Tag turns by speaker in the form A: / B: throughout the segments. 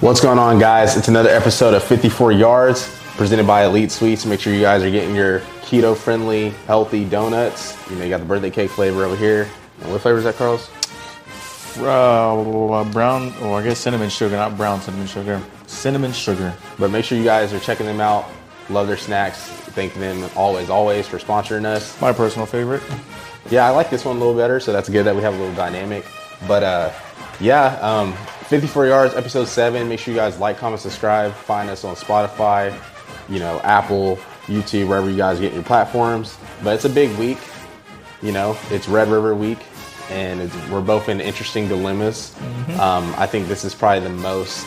A: What's going on, guys? It's another episode of 54 Yards presented by Elite Sweets. Make sure you guys are getting your keto friendly, healthy donuts. You know, you got the birthday cake flavor over here. And what flavor is that, Carlos?
B: Uh, brown, or I guess cinnamon sugar, not brown cinnamon sugar. Cinnamon sugar.
A: But make sure you guys are checking them out. Love their snacks. Thank them always, always for sponsoring us.
B: My personal favorite.
A: Yeah, I like this one a little better, so that's good that we have a little dynamic. But uh, yeah, um, 54 yards, episode seven. Make sure you guys like, comment, subscribe. Find us on Spotify, you know, Apple, YouTube, wherever you guys get your platforms. But it's a big week, you know. It's Red River week, and it's, we're both in interesting dilemmas. Um, I think this is probably the most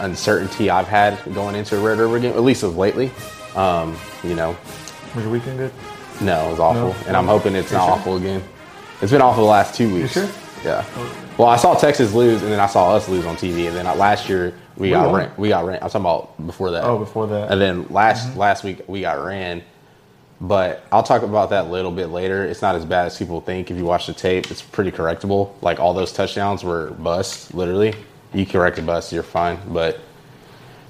A: uncertainty I've had going into a Red River game, at least of lately. Um, you know,
B: Was your weekend good?
A: no, it was awful,
B: No?
A: and I'm hoping it's
B: You
A: not
B: sure?
A: awful again. It's been awful the last two weeks.
B: sure? Oh.
A: Yeah. Well, I saw Texas lose, and then I saw us lose on TV, and then I, last year we, got
B: won.
A: ran. We got ran. I'm talking about before that.
B: Oh, before that. Mm-hmm.
A: And then last last week we got ran, but I'll talk about that a little bit later. It's not as bad as people think. If you watch the tape, it's pretty correctable. Like all those touchdowns were busts, literally. You correct a bust, you're fine. But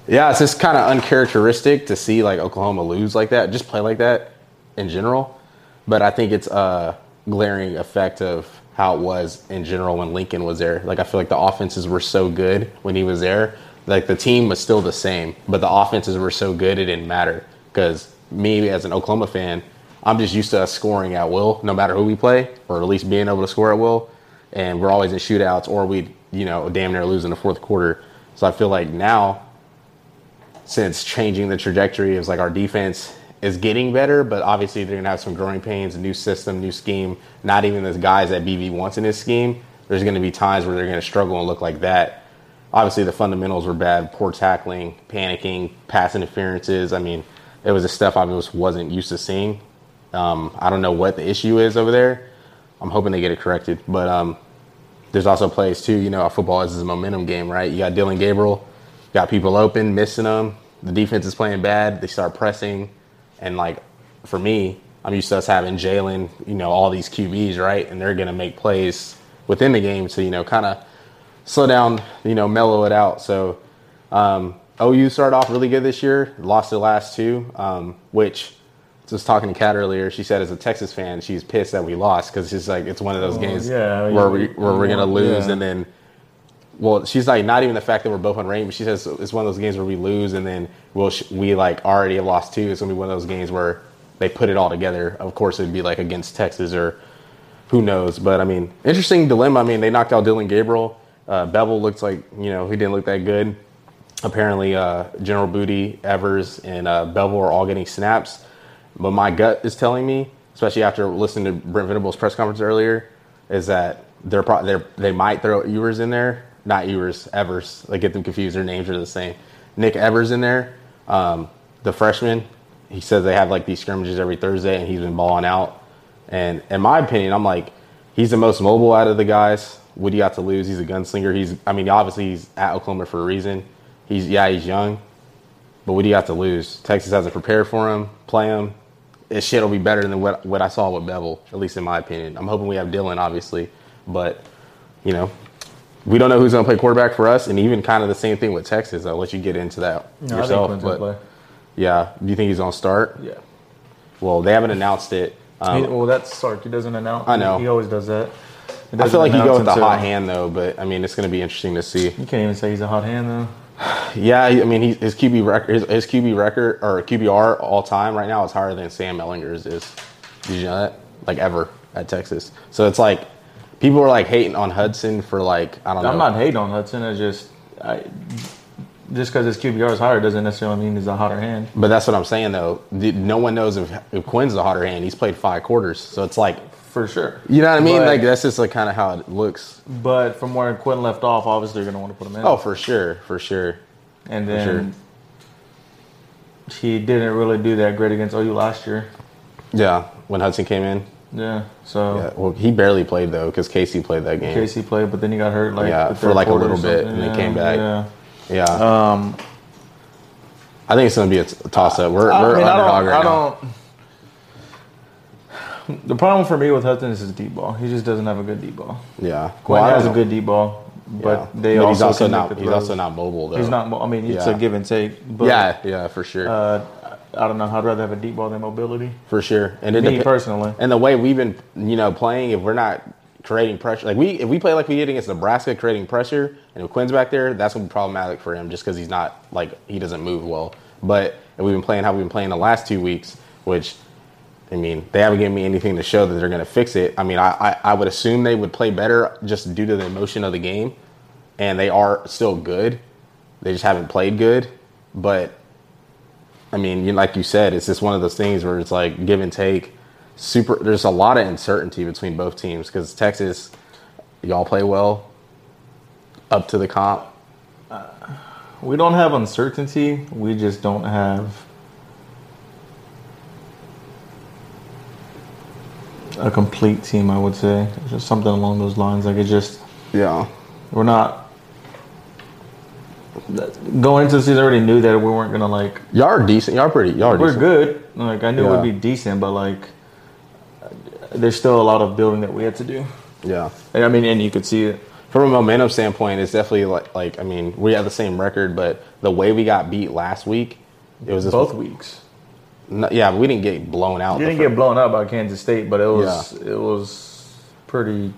A: yeah, it's just kind of uncharacteristic to see like Oklahoma lose like that, just play like that in general. But I think it's uh, a glaring effect of how it was in general when Lincoln was there. Like I feel like the offenses were so good when he was there. Like the team was still the same, but the offenses were so good it didn't matter. Because me as an Oklahoma fan, I'm just used to us scoring at will, no matter who we play, or at least being able to score at will. And we're always in shootouts, or we, you know, damn near lose in the fourth quarter. So I feel like now since changing the trajectory is like our defense is getting better, but obviously they're gonna have some growing pains, new system, new scheme. Not even the guys that BB wants in his scheme. There's gonna be times where they're gonna struggle and look like that. Obviously the fundamentals were bad, poor tackling, panicking, pass interferences. I mean, it was the stuff I just wasn't used to seeing. Um, I don't know what the issue is over there. I'm hoping they get it corrected. But um, there's also plays too. You know, football is a momentum game, right? You got Dylan Gabriel, got people open, missing them. The defense is playing bad. They start pressing, and like for me, I'm used to us having Jalen, you know, all these QBs, right? And they're gonna make plays within the game to you know kind of slow down, you know, mellow it out. So um, OU started off really good this year, lost the last two, um, which just talking to Kat earlier, she said as a Texas fan, she's pissed that we lost because she's like it's one of those games
B: yeah,
A: where we
B: you-
A: where we're gonna
B: yeah.
A: lose and then well she's like not even the fact that we're both unranked but she says it's one of those games where we lose and then we'll sh- we like already have lost two it's gonna be one of those games where they put it all together of course it'd be like against Texas or who knows? But I mean, interesting dilemma. I mean, they knocked out Dylan Gabriel. Uh, Bevel looks like you know he didn't look that good. Apparently, uh, General Booty, Evers, and uh, Bevel are all getting snaps. But my gut is telling me, especially after listening to Brent Venables' press conference earlier, is that they're, pro- they're they might throw Evers in there, not Evers, Evers. I get them confused. Their names are the same. Nick Evers in there, um, the freshman. He says they have like these scrimmages every Thursday, and he's been balling out. And in my opinion, I'm like, he's the most mobile out of the guys. What do you got to lose? He's a gunslinger. He's, I mean, obviously he's at Oklahoma for a reason. He's, yeah, he's young, but what do you got to lose? Texas hasn't prepared for him. Play him. This shit will be better than what, what I saw with Bevel, at least in my opinion. I'm hoping we have Dylan, obviously, but you know, we don't know who's going to play quarterback for us. And even kind of the same thing with Texas. I'll let you get into that yourself. but yeah, do you think he's going to start?
B: Yeah.
A: Well, they haven't announced it. Um,
B: He- well, that's Sark. He doesn't announce.
A: I know.
B: He always does that. He
A: I
B: doesn't
A: feel like you go
B: announce
A: with the
B: until-
A: hot hand though, but I mean it's going to be interesting to see.
B: You can't even say he's a hot hand though.
A: Yeah, I mean he, his QB record, his, his QB record or QBR all time right now is higher than Sam Ellinger's is. Did you know that? Like ever at Texas. So it's like people are like hating on Hudson for like I don't know.
B: I'm not hating on Hudson. I just, I, just because his QBR is higher doesn't necessarily mean he's a hotter hand.
A: but that's what I'm saying though. The- No one knows if, if Quinn's the hotter hand. He's played five quarters, so it's like
B: For sure.
A: you know what I mean.
B: But-
A: like that's just like kind of how it looks.
B: But from where Quinn left off, obviously you're gonna want to put him in.
A: Oh, for sure, for sure.
B: and then he didn't really do that great against OU last year.
A: Yeah, when Hudson came in,
B: Yeah. So
A: yeah, well he barely played though because Casey played that game.
B: Casey played, but then he got hurt like
A: Yeah,
B: the
A: for
B: third
A: like a
B: quarter or
A: little bit, and
B: something.
A: then
B: Yeah,
A: came back.
B: Yeah.
A: Yeah. Um, I think it's going to be a t- toss up. We're,
B: I
A: we're
B: mean, I don't.
A: underdog right
B: I
A: now.
B: don't the problem for me with Hudson is his deep ball. He just doesn't have a good deep ball.
A: Yeah.
B: Quinn
A: Well, I
B: has a
A: don't
B: good deep ball, but
A: Yeah.
B: they
A: But
B: also
A: he's also
B: can make
A: not
B: the
A: he's
B: throws.
A: also not mobile though.
B: He's not. mo- I mean, it's
A: Yeah.
B: a give and take. But,
A: yeah, yeah, for sure,
B: Uh, I don't know. I'd rather have a deep ball than mobility.
A: for sure. And it
B: Me
A: depe-
B: personally.
A: and the way we've been, you know, playing, if we're not creating pressure, like we if we play like we did against Nebraska, creating pressure, and if Quinn's back there, that's gonna be problematic for him just because he's not like he doesn't move well. But if we've been playing how we've been playing the last two weeks, which I mean, they haven't given me anything to show that they're gonna fix it. I mean, I, I, I would assume they would play better just due to the emotion of the game, and they are still good. They just haven't played good, but I mean, you, like you said, it's just one of those things where it's like give and take. Super. There's a lot of uncertainty between both teams because Texas, y'all play well, up to the comp.
B: We don't have uncertainty. We just don't have a complete team. I would say just something along those lines. Like it just
A: Yeah.
B: we're not going into the season. I already knew that we weren't gonna like
A: Y'all are decent. Y'all are pretty. Y'all are
B: we're
A: decent.
B: good. Like I knew it
A: Yeah.
B: would be decent, but like there's still a lot of building that we had to do.
A: Yeah.
B: And I mean, and you could see it.
A: From a momentum standpoint, it's definitely like like I mean we have the same record, but the way we got beat last week, it was just,
B: both weeks.
A: No, yeah, we didn't get blown out.
B: You
A: the
B: didn't get blown out by Kansas State, but it was it was pretty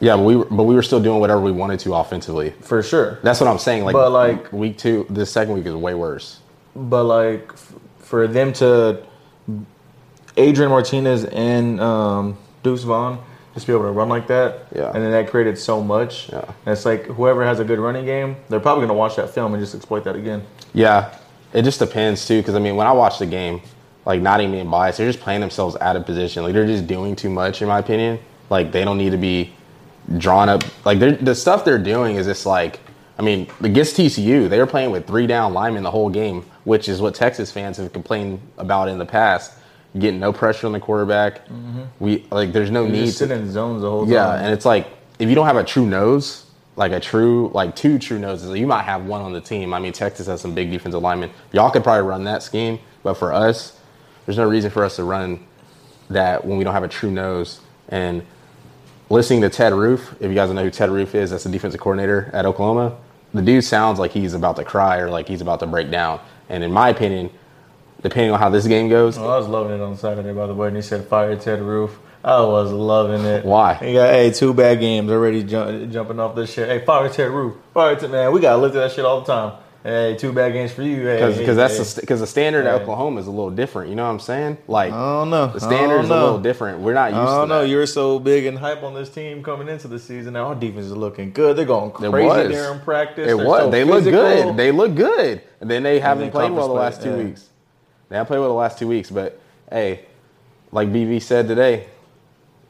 A: yeah, but we were, but we were still doing whatever we wanted to offensively.
B: for sure.
A: That's what I'm saying. Like,
B: But, like-
A: week two, the second week is way worse.
B: But like f- for them to Adrian Martinez and um, Deuce Vaughn just be able to run like that,
A: Yeah.
B: and then that created so much.
A: Yeah.
B: And it's like whoever has a good running game, they're probably going to watch that film and just exploit that again.
A: Yeah, it just depends too. Because I mean, when I watch the game, like not even being biased, they're just playing themselves out of position. Like they're just doing too much, in my opinion. Like they don't need to be drawn up. Like they're, the stuff they're doing is just like, I mean, against TCU, they were playing with three down linemen the whole game, which is what Texas fans have complained about in the past. Getting no pressure on the quarterback. We like there's no
B: They
A: need
B: just
A: to
B: sit in zones the whole
A: yeah,
B: time.
A: and it's like if you don't have a true nose, like a true, like two true noses, you might have one on the team. I mean, Texas has some big defensive linemen. Y'all could probably run that scheme, but for us, there's no reason for us to run that when we don't have a true nose. And listening to Ted Roof, if you guys know who Ted Roof is, that's the defensive coordinator at Oklahoma. The dude sounds like he's about to cry or like he's about to break down. And in my opinion, depending on how this game goes,
B: Well, I was loving it on Saturday, by the way, and he said fire Ted Roof. I was loving it.
A: Why?
B: He got hey two bad games already ju- jumping off this shit. Hey, fire Ted Roof. Fire Ted man. We gotta look at that shit all the time. Hey, two bad games for you. Hey,
A: because
B: Oh, hey,
A: that's
B: hey.
A: the because the standard at
B: Hey.
A: Oklahoma is a little different. You know what I'm saying? Like
B: I don't know.
A: The
B: I
A: standard
B: don't
A: is a little
B: know.
A: different. We're not used
B: I
A: to
B: don't know.
A: that.
B: You were so big and hype on this team coming into the season. Now our defense is looking good. They're going
A: It
B: crazy there in practice.
A: It
B: They're
A: was.
B: so
A: they look
B: physical.
A: good. They look good. And then they haven't
B: they
A: played well the
B: conference
A: last
B: play,
A: two
B: yeah.
A: weeks. They haven't played well the last two weeks. But hey, like BV said today,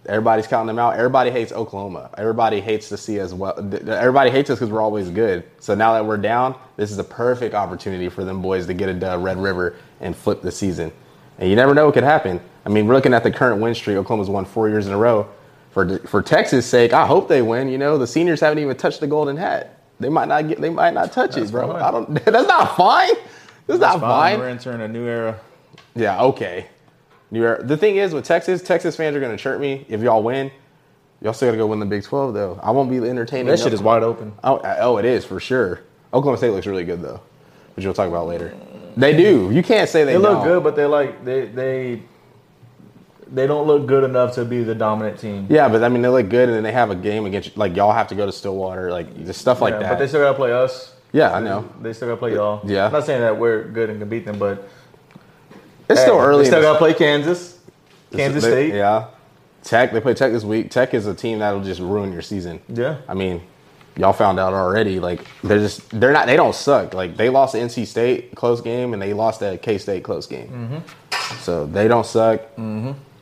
A: everybody's counting them out. Everybody hates Oklahoma. Everybody hates to see us well. th- th- Everybody hates us because we're always good. So now that we're down, this is a perfect opportunity for them boys to get a dub, Red River, and flip the season. And you never know what could happen. I mean, we're looking at the current win streak. Oklahoma's won four years in a row. For for Texas' sake, I hope they win. You know, the seniors haven't even touched the golden hat. They might not get. They might not touch it, bro.
B: fine.
A: I don't. That's not fine. That's, not
B: Fine.
A: fine.
B: We're entering a new era.
A: Yeah, okay. New Era. The thing is with Texas, Texas fans are gonna chirp me if y'all win. Y'all still gotta go win the Big Twelve though. I won't be entertaining.
B: That shit is wide open.
A: Oh, I- oh, it is for sure. Oklahoma State looks really good though, which we'll talk about later. They do. You can't say they,
B: They look
A: don't.
B: good, but they like they they they don't look good enough to be the dominant team.
A: Yeah, but I mean they look good, and then they have a game against like y'all have to go to Stillwater, like just stuff like
B: Yeah,
A: that.
B: But they still gotta play us.
A: yeah, I know.
B: They still gotta play y'all.
A: Yeah.
B: I'm not saying that we're good and can beat them, but
A: It's
B: hey,
A: still early.
B: They
A: in
B: still
A: the-
B: gotta play Kansas, Kansas
A: they-
B: State.
A: Yeah. Tech. They play Tech this week. Tech is a team that'll just ruin your season.
B: Yeah.
A: I mean, y'all found out already. Like they're just they're not they don't suck. Like they lost to NC State close game and they lost that K State close game. So they don't suck.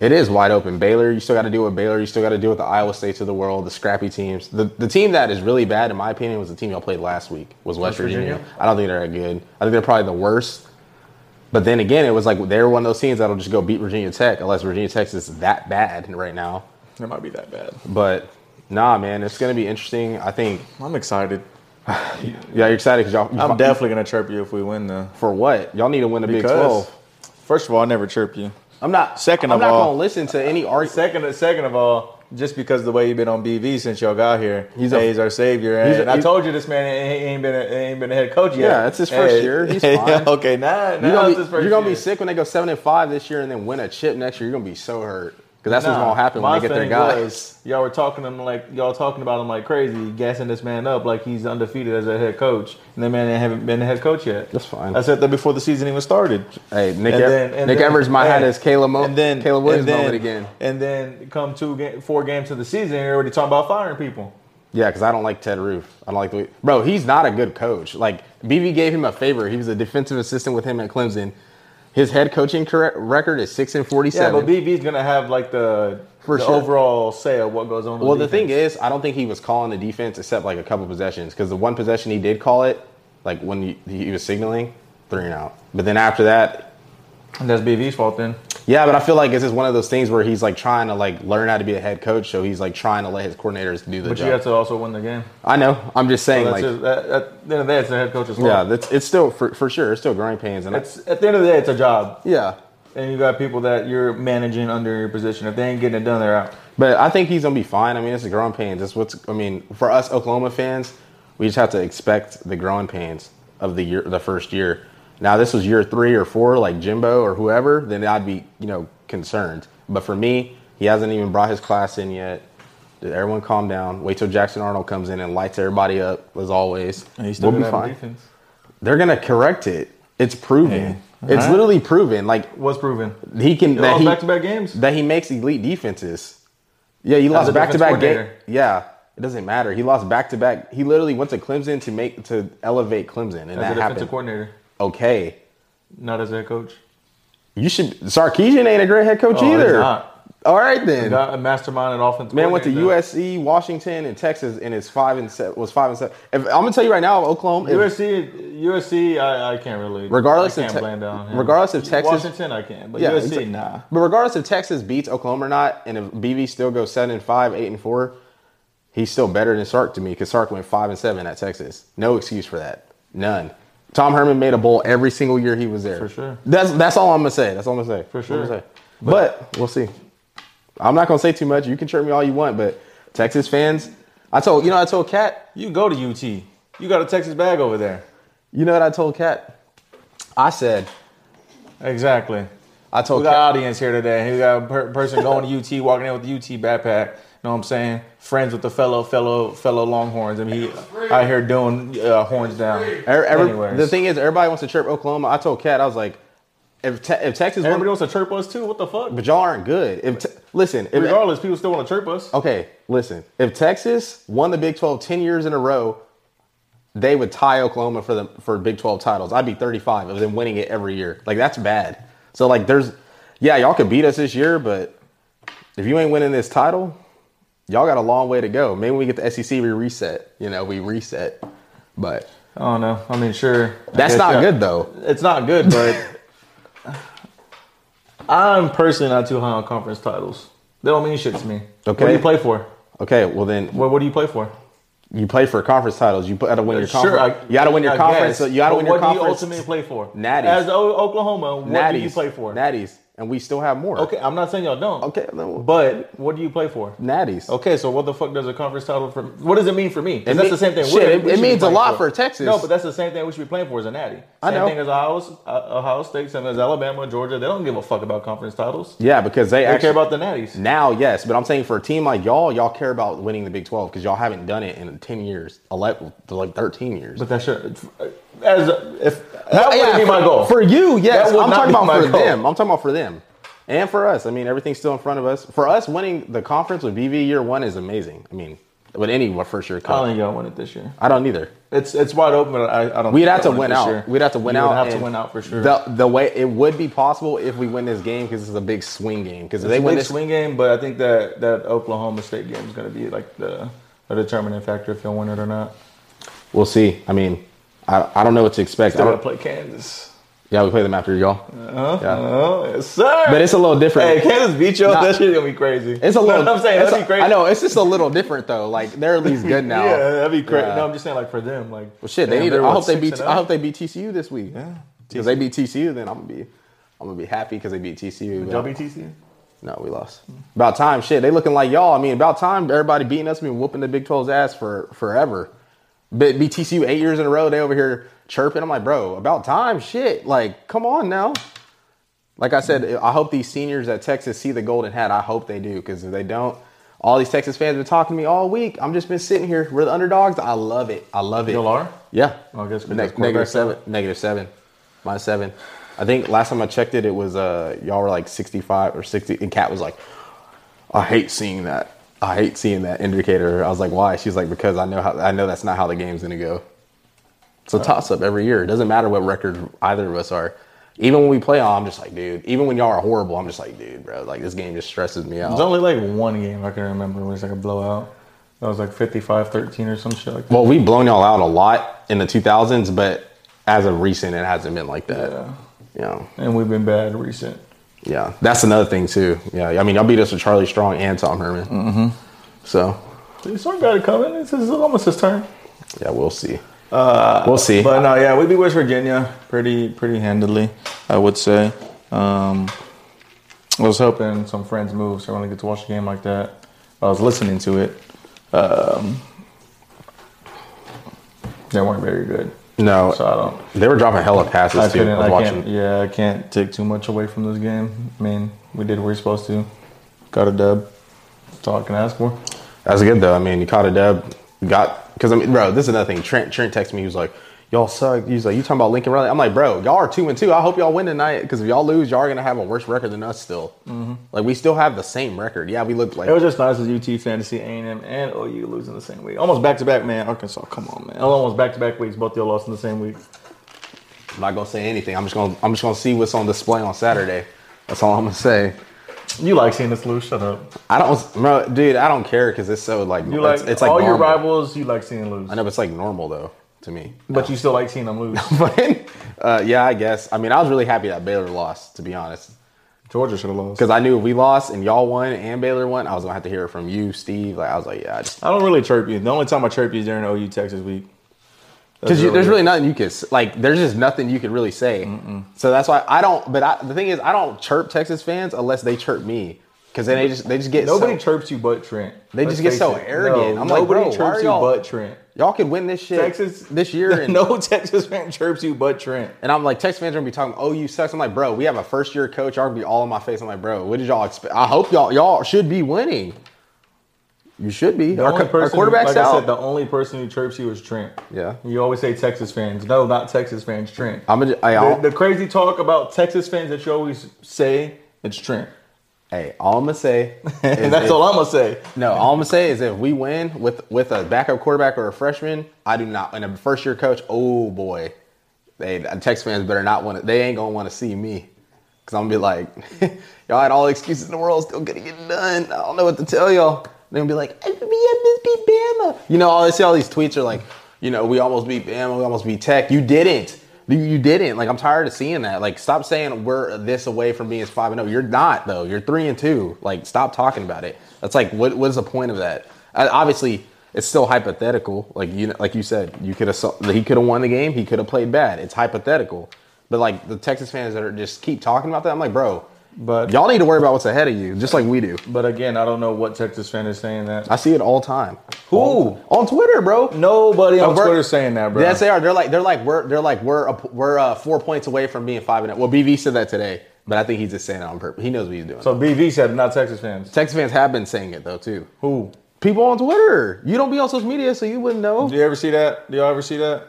A: It is wide open. Baylor, you still got to deal with Baylor. You still got to deal with the Iowa States of the world, the scrappy teams. The the team that is really bad, in my opinion, was the team y'all played last week. Was West,
B: Virginia?
A: Virginia. I don't think they're that good. I think they're probably the worst. But then again, it was like they were one of those teams that'll just go beat Virginia Tech, unless Virginia Tech is that bad right now.
B: It might be that bad.
A: But nah, man, it's gonna be interesting. I think.
B: I'm excited.
A: Yeah, you're excited because y'all.
B: I'm definitely gonna chirp you if we win though.
A: for what? Y'all need to win the Big
B: Because
A: Twelve.
B: first of all, I never chirp you.
A: I'm not.
B: Second
A: I'm
B: of
A: not
B: all-
A: gonna listen to any argument.
B: Second, second of all, just because the way he been on BV since y'all got here,
A: He's
B: he's,
A: a-
B: he's our savior. And
A: he's a-
B: I
A: he's-
B: told you this man ain't, ain't been a, ain't been a head coach yet.
A: Yeah, it's his first year. He's fine.
B: okay, now, now
A: You're
B: it's
A: gonna,
B: his
A: be,
B: 1st
A: you're gonna be
B: year.
A: sick when they go seven and five this year, and then win a chip next year. You're gonna be so hurt because that's what's
B: Nah,
A: gonna happen
B: my
A: when they get their
B: thing
A: guys.
B: was, y'all were talking to him like y'all talking about him like crazy, gassing this man up like he's undefeated as a head coach, and that man haven't been a head coach yet.
A: That's fine.
B: I said that before the season even started.
A: Hey, Nick,
B: And
A: Ev-
B: then- and
A: Nick
B: then-
A: Evers might have
B: hey,
A: his Caleb, Mo-
B: and then
A: Caleb Williams
B: and then-
A: moment again.
B: And then come two, ga- four games to the season, you're already talking about firing people.
A: Yeah, because I don't like Ted Roof. I don't like the way, bro. He's not a good coach. Like BB gave him a favor. He was a defensive assistant with him at Clemson. His head coaching correct, record is six and
B: Yeah,
A: forty-seven.
B: but BB's gonna have like the,
A: For
B: the
A: sure.
B: overall say of what goes on.
A: well, the thing is, I don't think he was calling the defense except like a couple possessions because the one possession he did call it, like when he, he was signaling, three and out. But then after that,
B: is, that's BB's fault then.
A: yeah. But I feel like it's just one of those things where he's like trying to like learn how to be a head coach, so he's like trying to let his coordinators do the
B: But
A: job.
B: you have to also win the game.
A: I know. I'm just saying,
B: That's
A: like,
B: just, at, at the end of the day, it's the head coach's fault.
A: yeah, that's it's still for, for sure. It's still growing pains, and I-
B: It's at the end of the day, it's a job.
A: yeah.
B: and you got people that you're managing under your position. If they ain't getting it done, they're out.
A: But I think he's gonna be fine. I mean, it's the growing pains. That's what's. I mean, for us Oklahoma fans, we just have to expect the growing pains of the year, the first year. Now, this was year three or four, like Jimbo or whoever. Then I'd be, you know, concerned. But for me, he hasn't even brought his class in yet. Everyone, calm down. Wait till Jackson Arnold comes in and lights everybody up, as always. we'll be fine.
B: defense.
A: They're gonna correct it. It's proven.
B: Hey.
A: It's
B: Alright.
A: literally proven. Like
B: What's proven?
A: he can.
B: They
A: That
B: lost
A: he,
B: back-to-back games.
A: that he makes elite defenses. Yeah, he
B: a
A: lost back to
B: defense
A: back game.
B: coordinator.
A: Yeah, it doesn't matter. He lost back to back. He literally went to Clemson to make to elevate Clemson, and
B: As a
A: that
B: defensive
A: happened.
B: coordinator,
A: Okay,
B: not as a head coach.
A: you should. Sarkeesian ain't a great head coach
B: Oh, he's
A: either.
B: not.
A: All right then.
B: Got a mastermind at offense.
A: Man went to
B: coordinator,
A: USC, Washington, and Texas, and is five and se- was five and seven. If, I'm gonna tell you right now, Oklahoma.
B: though.
A: If,
B: USC. USC. I, I can't really.
A: Regardless
B: I
A: of
B: can't
A: Te-
B: blame down. him.
A: regardless of Texas-
B: Washington, I can. But
A: Yeah,
B: USC,
A: it's-
B: nah.
A: But regardless if Texas beats Oklahoma or not, and if BV still goes seven and five, eight and four, he's still better than Sark to me because Sark went five and seven at Texas. No excuse for that. None. Tom Herman made a bowl every single year he was there.
B: For sure.
A: That's that's all I'm gonna say. That's all I'm gonna say. For
B: sure.
A: But, we'll see. I'm not gonna say too much. You can chirp me all you want, but Texas fans, I told you know I told Cat.
B: You go to UT. You got a Texas bag over there.
A: You know what I told Cat? I said
B: Exactly.
A: I told
B: We got
A: Kat-
B: audience here today. We got a per- person going to UT, walking in with the UT backpack. Know what I'm saying? Friends with the fellow, fellow, fellow Longhorns. I mean, he out here doing uh, horns down.
A: Every, every-
B: Anyways.
A: the thing is, everybody wants to chirp Oklahoma. I told Cat, I was like, if, te- if Texas,
B: everybody
A: won,
B: wants to chirp us too. What the fuck?
A: but y'all aren't good. If te- listen, if,
B: Regardless, people still want to chirp us.
A: okay, listen, if Texas won the Big 12 10 years in a row, they would tie Oklahoma for the for Big 12 titles. I'd be 35 of them winning it every year. Like that's bad. So like, there's, yeah, y'all could beat us this year, but if you ain't winning this title, y'all got a long way to go. Maybe when we get the SEC, we reset. You know, we reset. But
B: I don't know. I mean, sure. I
A: that's
B: guess,
A: not
B: yeah.
A: good though.
B: It's not good, but I'm personally not too high on conference titles. They don't mean shit to me. What
A: Okay.
B: do you play for?
A: Okay, well then
B: What, what do you play for?
A: you play for conference titles. You got to win your conference.
B: Sure, I,
A: you got to win your
B: I
A: conference.
B: guess.
A: So you got to
B: But
A: win your
B: what
A: conference.
B: do you ultimately play for?
A: Natties.
B: As O- Oklahoma, what
A: natties,
B: do you play for?
A: Natties, and we still have more.
B: Okay, I'm not saying y'all don't.
A: Okay, then-
B: But what do you play for?
A: natties.
B: Okay, so what the fuck does a conference title for? What does it mean for me? 'Cause
A: It
B: that's
A: mean-
B: the same thing.
A: shit,
B: we're-
A: it-
B: we
A: it
B: should be
A: means a
B: playing
A: lot
B: for.
A: for Texas.
B: No, but that's the same thing we should be playing for as a natty. Same
A: I know.
B: thing as Ohio, uh, Ohio State, same as Alabama, Georgia. They don't give a fuck about conference titles.
A: Yeah, because they
B: They
A: actually
B: care about the natties.
A: now. Yes, but I'm saying for a team like y'all, y'all care about winning the Big 12 because y'all haven't done it in 10 years, 11, to like 13 years.
B: But that should, as a- if that would
A: Uh, Yeah,
B: be my
A: for-
B: goal.
A: For you, yes.
B: That would
A: I'm
B: not
A: talking
B: be
A: about
B: my
A: for
B: goal.
A: them. I'm talking about for them. And for us. I mean, everything's still in front of us. For us, winning the conference with BV year one is amazing. I mean, with any first year
B: I
A: coach.
B: don't think y'all win it this year.
A: I don't either.
B: It's it's wide open. But I, I don't.
A: We'd
B: think
A: have to
B: y'all
A: win
B: it this
A: out.
B: year.
A: We'd have to win
B: You
A: out.
B: Would have to
A: and
B: win out for sure.
A: The the way it would be possible if we win this game because it's a big swing game. Because if they win
B: big
A: this,
B: swing game, but I think that that Oklahoma State game is going to be like the a determining factor if you'll win it or not.
A: we'll see. I mean, I, I don't know what to expect. I
B: They got to
A: don't,
B: play Kansas.
A: yeah, we play them after y'all, yeah.
B: Oh, yes, sir.
A: but it's a little different.
B: hey, Kansas beat y'all.
A: Nah.
B: that shit's gonna be crazy.
A: it's a
B: No,
A: little.
B: I'm saying
A: it's
B: that'd
A: a-
B: be crazy.
A: I know it's just a little different though. Like they're at least good now.
B: Yeah, that'd be crazy.
A: Yeah.
B: No, I'm just saying like for them, like
A: Well, shit, they
B: damn,
A: need.
B: they're,
A: to- I
B: what,
A: hope they
B: six
A: beat.
B: and
A: I
B: oh?
A: hope they beat TCU this week. Yeah, because they beat TCU, then I'm gonna be, I'm gonna be happy because they beat TCU. but-
B: Y'all beat TCU?
A: No, we lost. About time, shit. They looking like y'all. I mean, about time. Everybody beating us. Been whooping the Big 12's ass for forever. But BTCU eight years in a row. They over here chirping. I'm like, bro, about time, shit. Like, come on now. Like I said, I hope these seniors at Texas see the golden hat. I hope they do, because if they don't, all these Texas fans been talking to me all week. I'm just been sitting here. We're the underdogs. I love it. I love it.
B: Y'all are?
A: Yeah.
B: Oh, I guess
A: Ne-
B: that's quarterback
A: negative seven. Negative seven. Minus seven. I think last time I checked it, it was uh y'all were like 65 or 60, and Kat was like, I hate seeing that. I hate seeing that indicator. I was like, why? She's like, because I know how I know that's not how the game's gonna go. It's a toss up every year. It doesn't matter what record either of us are. Even when we play, I'm just like, dude. Even when y'all are horrible, I'm just like, dude, bro. Like this game just stresses me out.
B: There's only like one game I can remember where it's like a blowout. That was like 55-13 or some shit like that.
A: Well, we've blown y'all out a lot in the 2000s, but as of recent, it hasn't been like that.
B: Yeah.
A: Yeah.
B: And we've been bad recent.
A: Yeah. That's another thing, too. Yeah. I mean, y'all beat us with Charlie Strong and Tom Herman. Mm-hmm. So,
B: This one got it coming. It's, it's almost his turn.
A: yeah, we'll see. we'll see.
B: Uh, But no, yeah, we beat West Virginia pretty pretty handily, I would say. Um, I was hoping some friends moved, so I want to get to watch a game like that. I was listening to it. Um, they weren't very good,
A: no,
B: so I don't.
A: they were dropping hella passes,
B: I
A: too.
B: couldn't.
A: I was
B: I
A: watching.
B: can't. Yeah, I can't take too much away from this game. I mean, we did what we were supposed to. Got a dub. That's all I can ask for.
A: That's good, though. I mean, you caught a dub. Got, because, I mean, bro, this is another thing. Trent, Trent texted me. He was like, Y'all suck. He's like, you talking about Lincoln Riley? I'm like, bro, y'all are two and two. I hope y'all win tonight because if y'all lose, y'all are gonna have a worse record than us. Still,
B: Mm-hmm.
A: like we still have the same record. Yeah, we looked like
B: It was just nice as UT fantasy A&M and OU losing the same week. Almost back to back, man. Arkansas, come on, man. Almost back to back weeks. Both y'all lost in the same week.
A: I'm not gonna say anything. I'm just gonna I'm just gonna see what's on display on Saturday. That's all I'm gonna say.
B: You like seeing us lose? Shut up.
A: I don't, bro, dude. I don't care because it's so like
B: You like
A: it's, it's like
B: all your
A: normal.
B: rivals. You like seeing lose,
A: I know but it's like normal though to me.
B: but you still like seeing them lose.
A: But uh, yeah, I guess. I mean, I was really happy that Baylor lost to be honest,
B: Georgia should have lost.
A: because I knew if we lost and y'all won and Baylor won, I was gonna have to hear it from you, Steve. Like I was like, yeah, I just
B: I don't really chirp you. The only time I chirp you is during OU Texas week. That's
A: because there's
B: it.
A: really nothing you could s- like. There's just nothing you could really say. So that's why I don't. But I, the thing is, I don't chirp Texas fans unless they chirp me. Because then they just they just get so-
B: nobody chirps you but Trent.
A: They just get
B: face
A: so
B: it.
A: arrogant.
B: No,
A: I'm like,
B: nobody
A: bro, why are
B: chirps you
A: y'all-
B: but Trent.
A: Y'all could win this shit
B: Texas
A: this year. And,
B: No Texas fan chirps you but Trent.
A: and I'm like, Texas fans are gonna be talking, oh, you sucks. I'm like, bro, we have a first year coach. Y'all gonna be all in my face. I'm like, bro, what did y'all expect? I hope y'all y'all should be winning. You should be. Our,
B: only
A: co- our quarterback's
B: like
A: out.
B: I said, the only person who chirps you is Trent.
A: Yeah.
B: You always say Texas fans. No, not Texas fans. Trent.
A: I'm a, I,
B: the,
A: all,
B: the crazy talk about Texas fans that you always say, it's Trent.
A: hey, all I'm gonna say, is
B: And that's
A: if-
B: all I'm gonna say.
A: No, all I'm gonna say is if we win with with a backup quarterback or a freshman, I do not. And a first year coach, oh boy, they Texas fans better not want to. They ain't gonna want to see me because I'm gonna be like, y'all had all the excuses in the world, still gonna get it done. I don't know what to tell y'all. They're gonna be like, I beat, I beat Bama. You know, all I see all these tweets are like, you know, we almost beat Bama, we almost beat Tech. You didn't. You- You didn't. Like I'm tired of seeing that. Like stop saying we're this away from being five and zero. You're not though. You're three and two. Like stop talking about it. That's like what what is the point of that? I, obviously, it's still hypothetical. Like you like you said, you could have he could have won the game. He could have played bad. It's hypothetical. But like the Texas fans that are just keep talking about that, I'm like, bro,
B: But
A: y'all need to worry about what's ahead of you, just like we do.
B: but again, I don't know what Texas fan is saying that.
A: I see it all time.
B: Who?
A: All- on Twitter, bro?
B: Nobody on
A: Overt-
B: Twitter saying that, bro.
A: Yes, they are. They're like they're like we're they're like we're a, we're uh, four points away from being five and. Well, BV said that today, but I think he's just saying it on purpose. He knows what he's doing.
B: so BV said it, not Texas fans.
A: Texas fans have been saying it though too.
B: Who?
A: People on Twitter, you don't be on social media, so you wouldn't know.
B: Do you ever see that? Do y'all ever see that?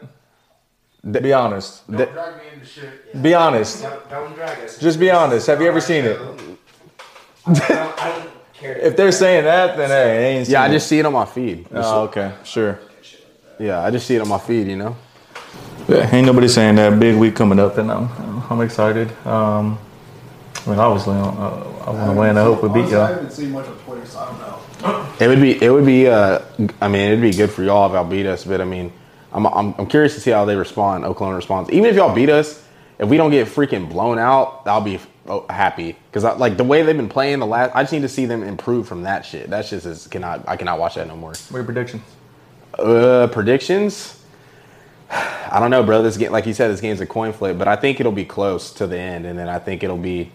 B: Be honest.
A: That-
C: Don't drag me into shit.
B: Be honest.
C: Don't, don't drag us.
B: Just be honest. Have you ever seen it?
C: I don't, I don't care.
B: If they're saying that, then hey, they ain't seen
A: Yeah, I
B: it.
A: just see it on my feed.
B: Oh, okay, sure.
A: Yeah, I just see it on my feed. You know,
B: Yeah, ain't nobody saying that. Big week coming up, and I'm I'm excited. Um, I mean, obviously, I, I want to win. I hope we beat
D: Honestly, I
B: y'all.
D: haven't seen much of Twitter, so I don't know.
A: it would be it would be. Uh, I mean, it'd be good for y'all if y'all beat us, but I mean, I'm I'm, I'm curious to see how they respond. Oklahoma responds. Even if y'all beat us, if we don't get freaking blown out, I'll be oh, happy because like the way they've been playing the last. I just need to see them improve from that shit. That shit is cannot. I cannot watch that no more.
B: What are your predictions?
A: Uh, predictions. I don't know, bro. This game, like you said, this game's a coin flip, but I think it'll be close to the end, and then I think it'll be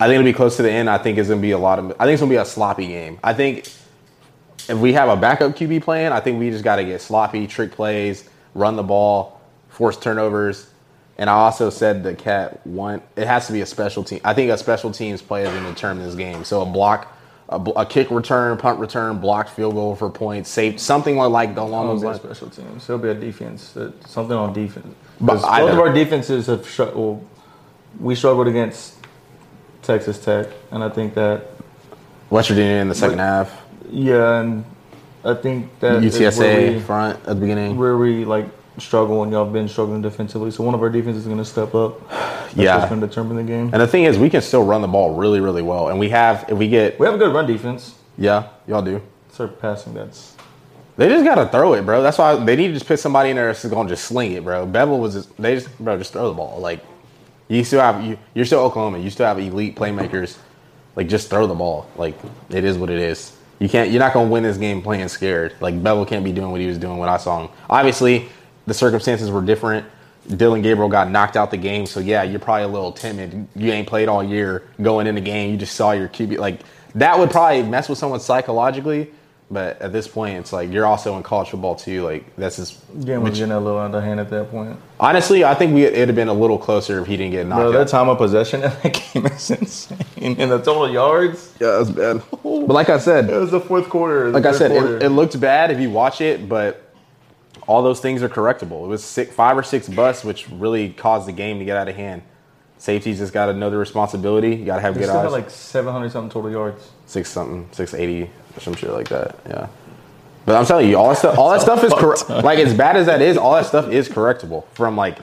A: I think it'll be close to the end. I think it's gonna be a lot of. I think it's gonna be a sloppy game. I think if we have a backup QB plan, I think we just got to get sloppy, trick plays, run the ball, force turnovers. And I also said the cat one. It has to be a special team. I think a special teams play is going to determine this game. So a block, a, bl- a kick return, punt return, blocked field goal for points, safe, something like like along those
B: It'll be a
A: lines.
B: special teams. It'll be a defense. uh, Something on defense.
A: But
B: But both of
A: either-
B: our defenses have sh- well, we struggled against Texas Tech, and I think that
A: West Virginia in the second
B: But-
A: half,
B: yeah, and I think that Uh, is where
A: UTSA
B: we,
A: front at the beginning.
B: where we like struggle, and y'all been struggling defensively. So one of our defenses is going to step up. That's
A: Yeah.
B: going to determine the game.
A: And the thing is, we can still run the ball really, really well. And we have, if we get,
B: we have a good run defense.
A: yeah, y'all do.
B: Surpassing that's
A: They just gotta throw it, bro. That's why they need to just put somebody in there that's gonna just sling it, bro. Bevel was just, they just, bro, just throw the ball. Like you still have, you, you're still Oklahoma. You still have elite playmakers. Like just throw the ball. Like it is what it is. You can't, you're not gonna win this game playing scared. Like Bevel can't be doing what he was doing when I saw him. Obviously, the circumstances were different. Dylan Gabriel got knocked out the game, so yeah, you're probably a little timid. You ain't played all year going in the game. You just saw your QB. Like that would probably mess with someone psychologically. But at this point, it's like you're also in college football too. Like that's just
B: game was getting a little out of hand at that point.
A: honestly, I think we it'd have been a little closer if he didn't get knocked
B: Bro,
A: out.
B: that time of possession in that game is insane. And the total yards,
A: yeah, that's bad. But like I said,
B: it was the fourth quarter.
A: like I said, it, it looked bad if you watch it, but all those things are correctable. It was six, five or six busts, which really caused the game to get out of hand. Safeties just got to know the responsibility. You got to have
B: We
A: good
B: still
A: eyes.
B: had like 700 something total yards.
A: six something, six eighty, or some shit like that. Yeah. But I'm telling you, all that stuff, all that stuff is correct. Like as bad as that is, all that stuff is correctable. From like,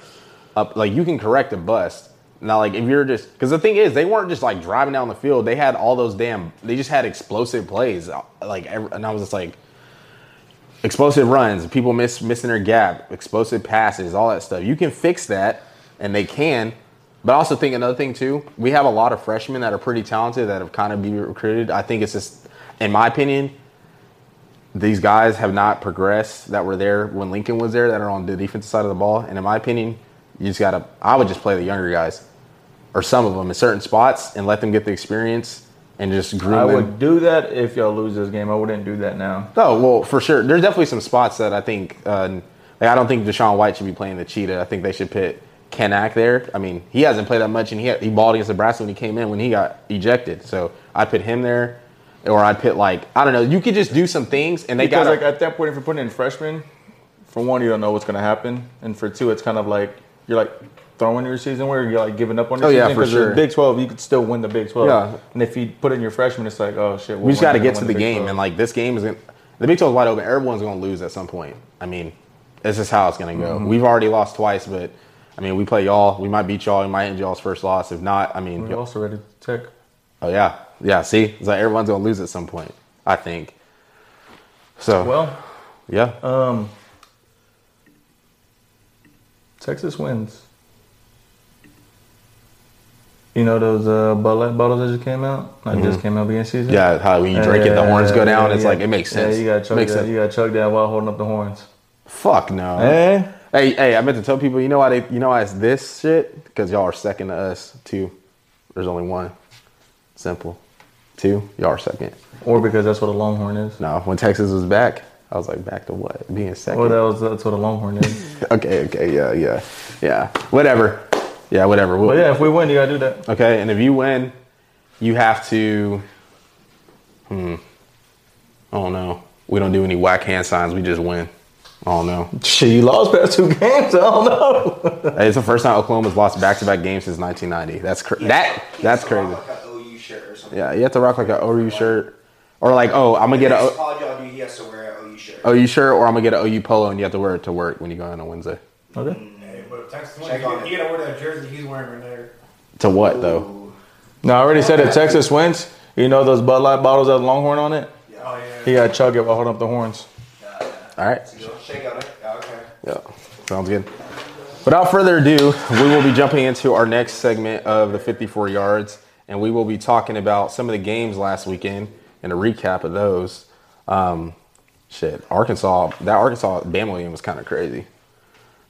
A: up, like you can correct a bust. Now, like if you're just because the thing is, they weren't just like driving down the field. They had all those damn. They just had explosive plays. Like, every, and I was just like, explosive runs, people miss missing their gap, explosive passes, all that stuff. You can fix that, and they can. But I also think another thing too, we have a lot of freshmen that are pretty talented that have kind of been recruited. I think it's just, in my opinion, these guys have not progressed that were there when Lincoln was there that are on the defensive side of the ball. And in my opinion, you just gotta. I would just play the younger guys, or some of them in certain spots, and let them get the experience and just groom
B: I
A: them.
B: would do that if y'all lose this game. I wouldn't do that now.
A: Oh well, for sure. There's definitely some spots that I think. Uh, like I don't think Deshaun White should be playing the cheetah. I think they should put Kenak there. I mean, he hasn't played that much, and he had, he balled against Nebraska when he came in when he got ejected. So I put him there, or I'd put like I don't know. You could just do some things, and they
B: Because
A: got
B: like at that point, if you're putting in freshmen, for one, you don't know what's gonna happen, and for two, it's kind of like you're like throwing your season where you're like giving up on your
A: Oh,
B: season.
A: yeah, for
B: 'Cause the
A: sure.
B: Big 12, you could still win the Big 12.
A: Yeah.
B: And if you put in your freshmen, it's like, oh shit.
A: we just got to get to the game, and like this game is gonna, the Big 12 is wide open. Everyone's going to lose at some point. I mean, this is how it's going to go.
B: Mm-hmm.
A: We've already lost twice, but I mean, we play y'all. We might beat y'all. We might end y'all's first loss. If not, I mean,
B: You're also ready to tech.
A: Oh yeah, yeah. See, it's like everyone's gonna lose at some point. I think. So
B: Well, uh,
A: yeah,
B: Texas wins. You know those uh, Bud Light bottles that just came out? Not just came out beginning of season?
A: Mm-hmm. yeah. How when you drink it, the
B: Yeah,
A: horns go down.
B: yeah,
A: it's
B: yeah.
A: like it makes sense.
B: Yeah, you gotta chug
A: makes
B: that.
A: sense.
B: You gotta chug that while holding up the horns.
A: Fuck no.
B: Eh?
A: Hey, hey. I meant to tell people. You know why they? You know why it's this shit? Because y'all are second to us. Two. There's only one. Simple. Two. Y'all are second.
B: Or because that's what a Longhorn is.
A: No. When Texas was back, I was like, back to what? Being second.
B: Or that was that's what a Longhorn is.
A: okay. Okay. Yeah. Yeah. Yeah. Whatever. Yeah. Whatever.
B: but yeah, if we win, you gotta do that.
A: Okay, and if you win, you have to. Hmm. I don't know. We don't do any whack hand signs. We just win. I don't know.
B: Shit, you lost past two games. I don't know.
A: Hey, It's the first time Oklahoma's lost back to back games since 1990. That's cra- that. That's crazy.
D: Like a OU shirt or something.
A: Yeah, you have to rock like an OU shirt, or like, oh, I'm gonna get
D: Next
A: an
D: college y'all do, he has to wear an OU shirt.
A: OU shirt, or I'm gonna get an OU polo, and you have to wear it to work when you go in on Wednesday.
B: Okay.
C: Hey, but if Texas wins,
D: Check
C: you
D: on
C: gotta you gotta wear that jersey he's wearing right there.
A: To what though?
B: No, I already said if Texas wins, you know those Bud Light bottles that have Longhorn on it.
C: Oh yeah.
B: You gotta chug it while holding up the horns.
A: All right.
D: Shake on it. Yeah, okay.
A: Yeah, sounds good. Without further ado, we will be jumping into our next segment of the 54 yards, and we will be talking about some of the games last weekend and a recap of those. Um, shit, Arkansas, that Arkansas Bama game was kind of crazy.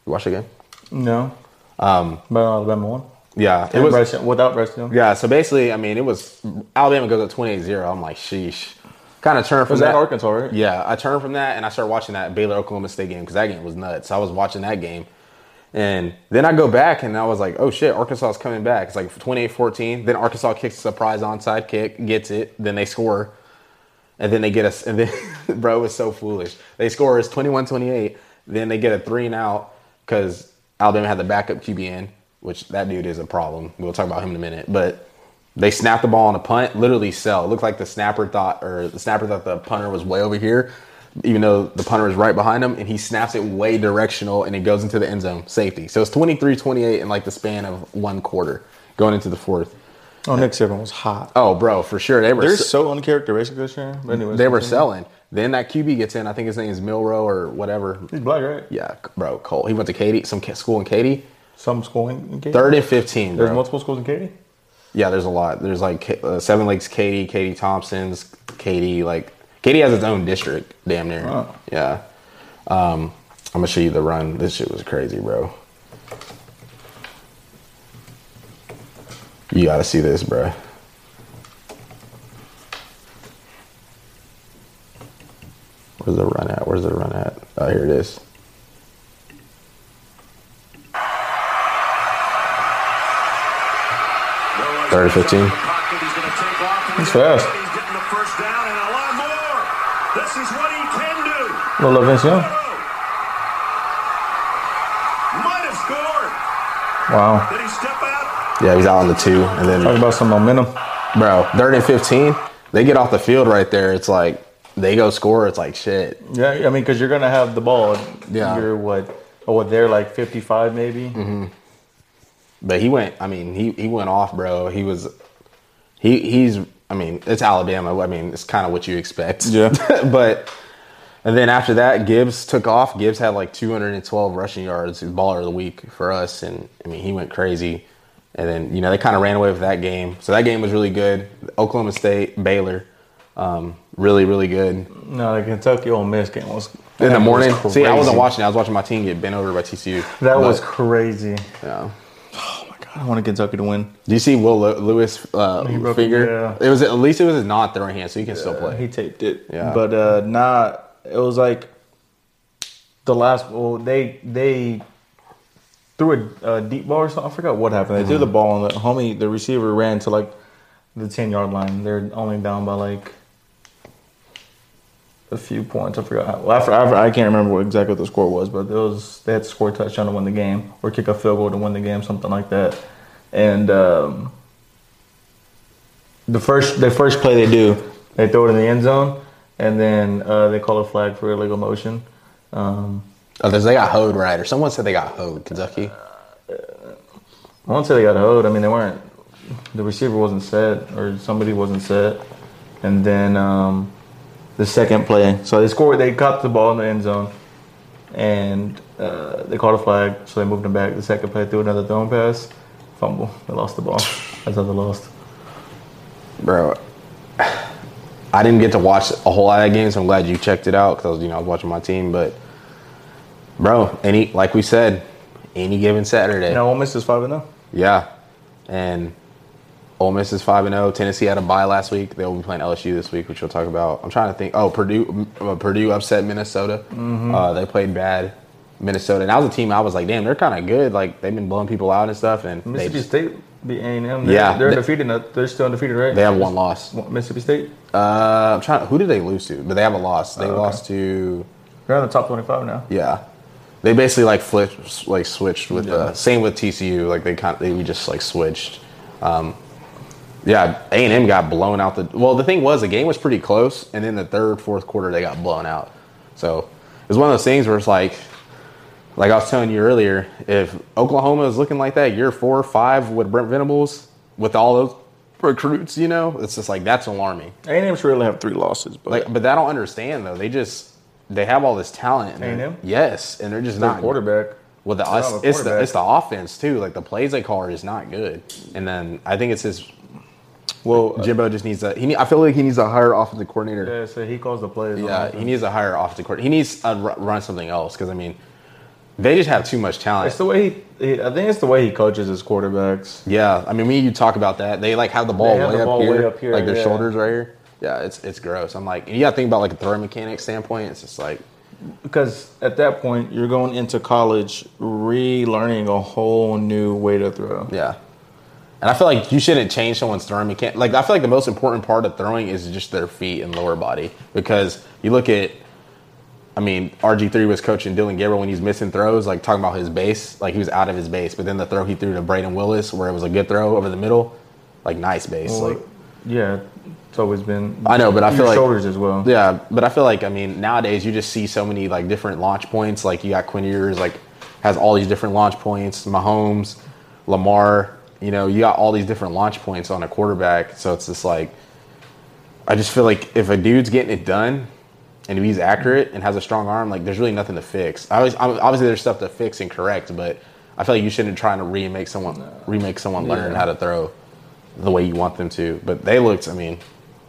A: You watch the game?
B: No. Um, but Alabama won.
A: Yeah, it
B: And
A: was.
B: Bryce Young- without Bryce Young.
A: Yeah, so basically, I mean, it was Alabama goes up 28-0. I'm like, sheesh. Kind of turned from
B: Was
A: that.
B: that Arkansas, right?
A: Yeah, I turned from that and I started watching that Baylor Oklahoma State game because that game was nuts. I was watching that game. And then I go back and I was like, oh shit, Arkansas is coming back. It's like 28 14. Then Arkansas kicks a surprise onside kick, gets it. Then they score. And then they get us. And then, bro, it was so foolish. They score, it's 21 28. Then they get a three and out because Alabama had the backup QBN, which that dude is a problem. We'll talk about him in a minute. But they snapped the ball on a punt, literally sell. It looked like the snapper thought, or the snapper thought the punter was way over here, even though the punter was right behind him, and he snaps it way directional and it goes into the end zone, safety. So it's 23 28 in like the span of one quarter going into the fourth.
B: Oh, Nick Saban was hot.
A: Oh, bro, for sure. They were
B: They're
A: so-
B: so uncharacteristic this year. But anyways,
A: they were
B: continue.
A: selling. Then that QB gets in. I think his name is Milrow or whatever.
B: He's black, right?
A: Yeah, bro, Cole. He went to Katy, some ki- school in Katy.
B: Some school in, in Katy.
A: Third and fifteen.
B: There's
A: bro.
B: multiple schools in Katy.
A: Yeah, there's a lot. There's like K- uh, Seven Lakes, Katy, Katy Thompson's, Katy. Like Katy has its own district, damn near.
B: Wow.
A: Yeah. Um, I'm gonna show you the run. This shit was crazy, bro. You gotta see this, bro. Where's the run at? Where's the run at? Oh, here it is.
E: Third and 15.
B: He's fast.
E: This is what he can do.
B: Little Vince Young.
E: Might have scored.
B: Wow.
E: Did he step out?
A: Yeah, he's out on the two, and then
B: Talk about some momentum.
A: bro, third and fifteen, they get off the field right there. It's like they go score. It's like shit.
B: Yeah, I mean, because you're gonna have the ball.
A: Yeah. Mm-hmm.
B: You're what? Oh, what? They're like 55, maybe.
A: But he went. I mean, he he went off, bro. He was, he he's. I mean, it's Alabama. I mean, it's kind of what you expect.
B: Yeah.
A: but and then after that, Gibbs took off. Gibbs had like 212 rushing yards. He's baller of the week for us, and I mean, he went crazy. And then you know they kind of ran away with that game. So that game was really good. Oklahoma State, Baylor, um, really really good.
B: No, the Kentucky Ole Miss game was
A: in the morning.
B: was
A: See, I wasn't
B: crazy.
A: watching. I was watching my team get bent over by TCU.
B: That
A: But,
B: was crazy.
A: Yeah.
B: I wanted Kentucky to win.
A: Do you see Will Lew- Lewis uh,
B: broke-
A: figure?
B: yeah.
A: It was at least it was his non-throwing hand, so he can still play.
B: He taped it.
A: Yeah.
B: But uh nah, it was like the last well they they threw a, a deep ball or something. I forgot what happened. They threw
A: Mm-hmm.
B: the ball and the homie the receiver ran to like the ten yard line. They're only down by like a few points. I forgot. How, well, I, for- I, for- I can't remember what exactly what the score was, but it was they had to score a touchdown to win the game or kick a field goal to win the game, something like that. And um, the first the first play they do, they throw it in the end zone, and then uh, they call a flag for illegal motion. Um,
A: Oh, there's- they got hoed right, or someone said they got hoed. Kentucky.
B: I won't say they got hoed. I mean, they weren't. The receiver wasn't set, or somebody wasn't set. And then um, the second play, so they scored. They caught the ball in the end zone, and uh, they called a flag. So they moved them back. The second play, threw another thrown pass, fumble. They lost the ball. That's how they lost.
A: bro. I didn't get to watch a whole lot of that game, so I'm glad you checked it out because I was, you know, I was watching my team. But, bro, any like we said, any given Saturday,
B: Now Ole Miss is five and oh. zero.
A: yeah. And Ole Miss is five and zero. Tennessee had a bye last week. They will be playing LSU this week, which we'll talk about. I'm trying to think. Oh, Purdue, uh, Purdue upset Minnesota. Uh, they played bad. Minnesota, and that was a team I was like, damn, they're kind of good. Like they've been blowing people out and stuff, and they
B: Mississippi
A: just,
B: State beat A and M.
A: Yeah,
B: they're
A: they-
B: undefeated. now. They're still undefeated, right?
A: they have one loss.
B: Mississippi State.
A: Uh, I'm trying. Who did they lose to? But they have a loss. They lost to.
B: They're in the top twenty-five now.
A: Yeah, they basically like flipped, like switched with.
B: Yeah.
A: Uh, same with TCU, like they kind, of, they we just like switched. Um, yeah, A and M got blown out. The well, the thing was the game was pretty close, and then the third, fourth quarter they got blown out. So it's one of those things where it's like, like I was telling you earlier, if Oklahoma is looking like that year four, or five with Brent Venables with all those recruits, you know, it's just like that's alarming.
B: A and M should really have three losses, but
A: Like, but I don't understand though. They just they have all this talent. and they're-
B: A&M?
A: Yes, and they're just
B: their
A: not
B: quarterback.
A: Well, the,
B: don't have a
A: it's the
B: quarterback.
A: it's the offense too. Like the plays they call are just not good. And then I think it's his.
B: Well,
A: Jimbo just needs a. He need, I feel like he needs a higher offensive coordinator.
B: Yeah, so he calls the plays. on
A: Yeah,
B: offense.
A: he needs a higher offensive coordinator. He needs to ru- run something else because I mean, They just have too much talent.
B: It's the way he, he. I think it's the way he coaches his quarterbacks.
A: Yeah, I mean, me and you talk about that. They like have the ball,
B: They have
A: way,
B: the
A: up
B: ball
A: here,
B: way up here,
A: like their
B: yeah.
A: shoulders right here. Yeah, it's it's gross. I'm like, and you got to think about like a throw mechanic standpoint. It's just like,
B: Because at that point, you're going into college relearning a whole new way to throw.
A: yeah. And I feel like you shouldn't change someone's throwing mechanic. Like I feel like the most important part of throwing is just their feet and lower body because you look at. I mean, RG three was coaching Dylan Gabriel when he's missing throws, like talking about his base, like he was out of his base. But then the throw he threw to Braden Willis, where it was a good throw over the middle, like nice base.
B: Well,
A: like
B: yeah, it's always been.
A: I know, but I feel
B: your
A: like-
B: shoulders as well.
A: Yeah, but I feel like I mean nowadays you just see so many like different launch points. Like you got Quinn Ewers, like has all these different launch points. Mahomes, Lamar, you know, you got all these different launch points on a quarterback. So it's just like, I just feel like if a dude's getting it done, and if he's accurate and has a strong arm, like there's really nothing to fix. I always, I'm- obviously there's stuff to fix and correct, but I feel like you shouldn't try to remake someone remake someone learn
B: Yeah.
A: how to throw the way you want them to. But they looked, I mean,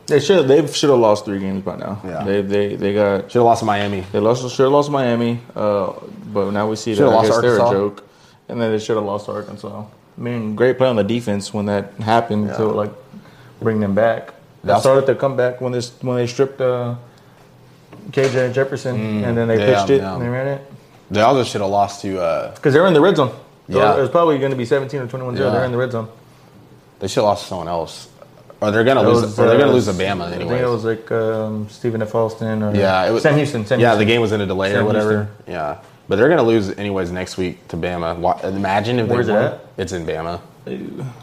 B: They should. They should have lost three games by now.
A: Yeah.
B: They they they got
A: should have lost to Miami.
B: They lost, should have lost Miami, uh, but now we see that
A: Should've
B: I
A: lost
B: guess they're a
A: Arkansas.
B: joke. And then they should have lost to Arkansas. I mean, great play on the defense when that happened to
A: Yeah.
B: like bring them back. They
A: That's-
B: started their comeback when this when they stripped uh, KJ Jefferson, and then they
A: Mm. yeah,
B: pitched it
A: yeah.
B: and they ran it
A: They also should have lost to. Uh,
B: because they're in the red zone. So
A: Yeah.
B: it was probably going to be seventeen or twenty-one zero.
A: Yeah.
B: They're in the red zone.
A: they should have lost to someone else, or they're gonna
B: That
A: lose.
B: was,
A: or they're gonna
B: uh,
A: lose to Bama
B: I think
A: anyway.
B: it was like um, Stephen F. Austin or
A: yeah, it was
B: Sam Houston. Sam
A: yeah,
B: Houston.
A: the game was in a delay or
B: Sam
A: whatever.
B: Houston.
A: Yeah, but they're gonna lose anyways next week to Bama. Wa- Imagine if
B: Where's
A: they
B: it
A: won.
B: at?
A: It's in Bama.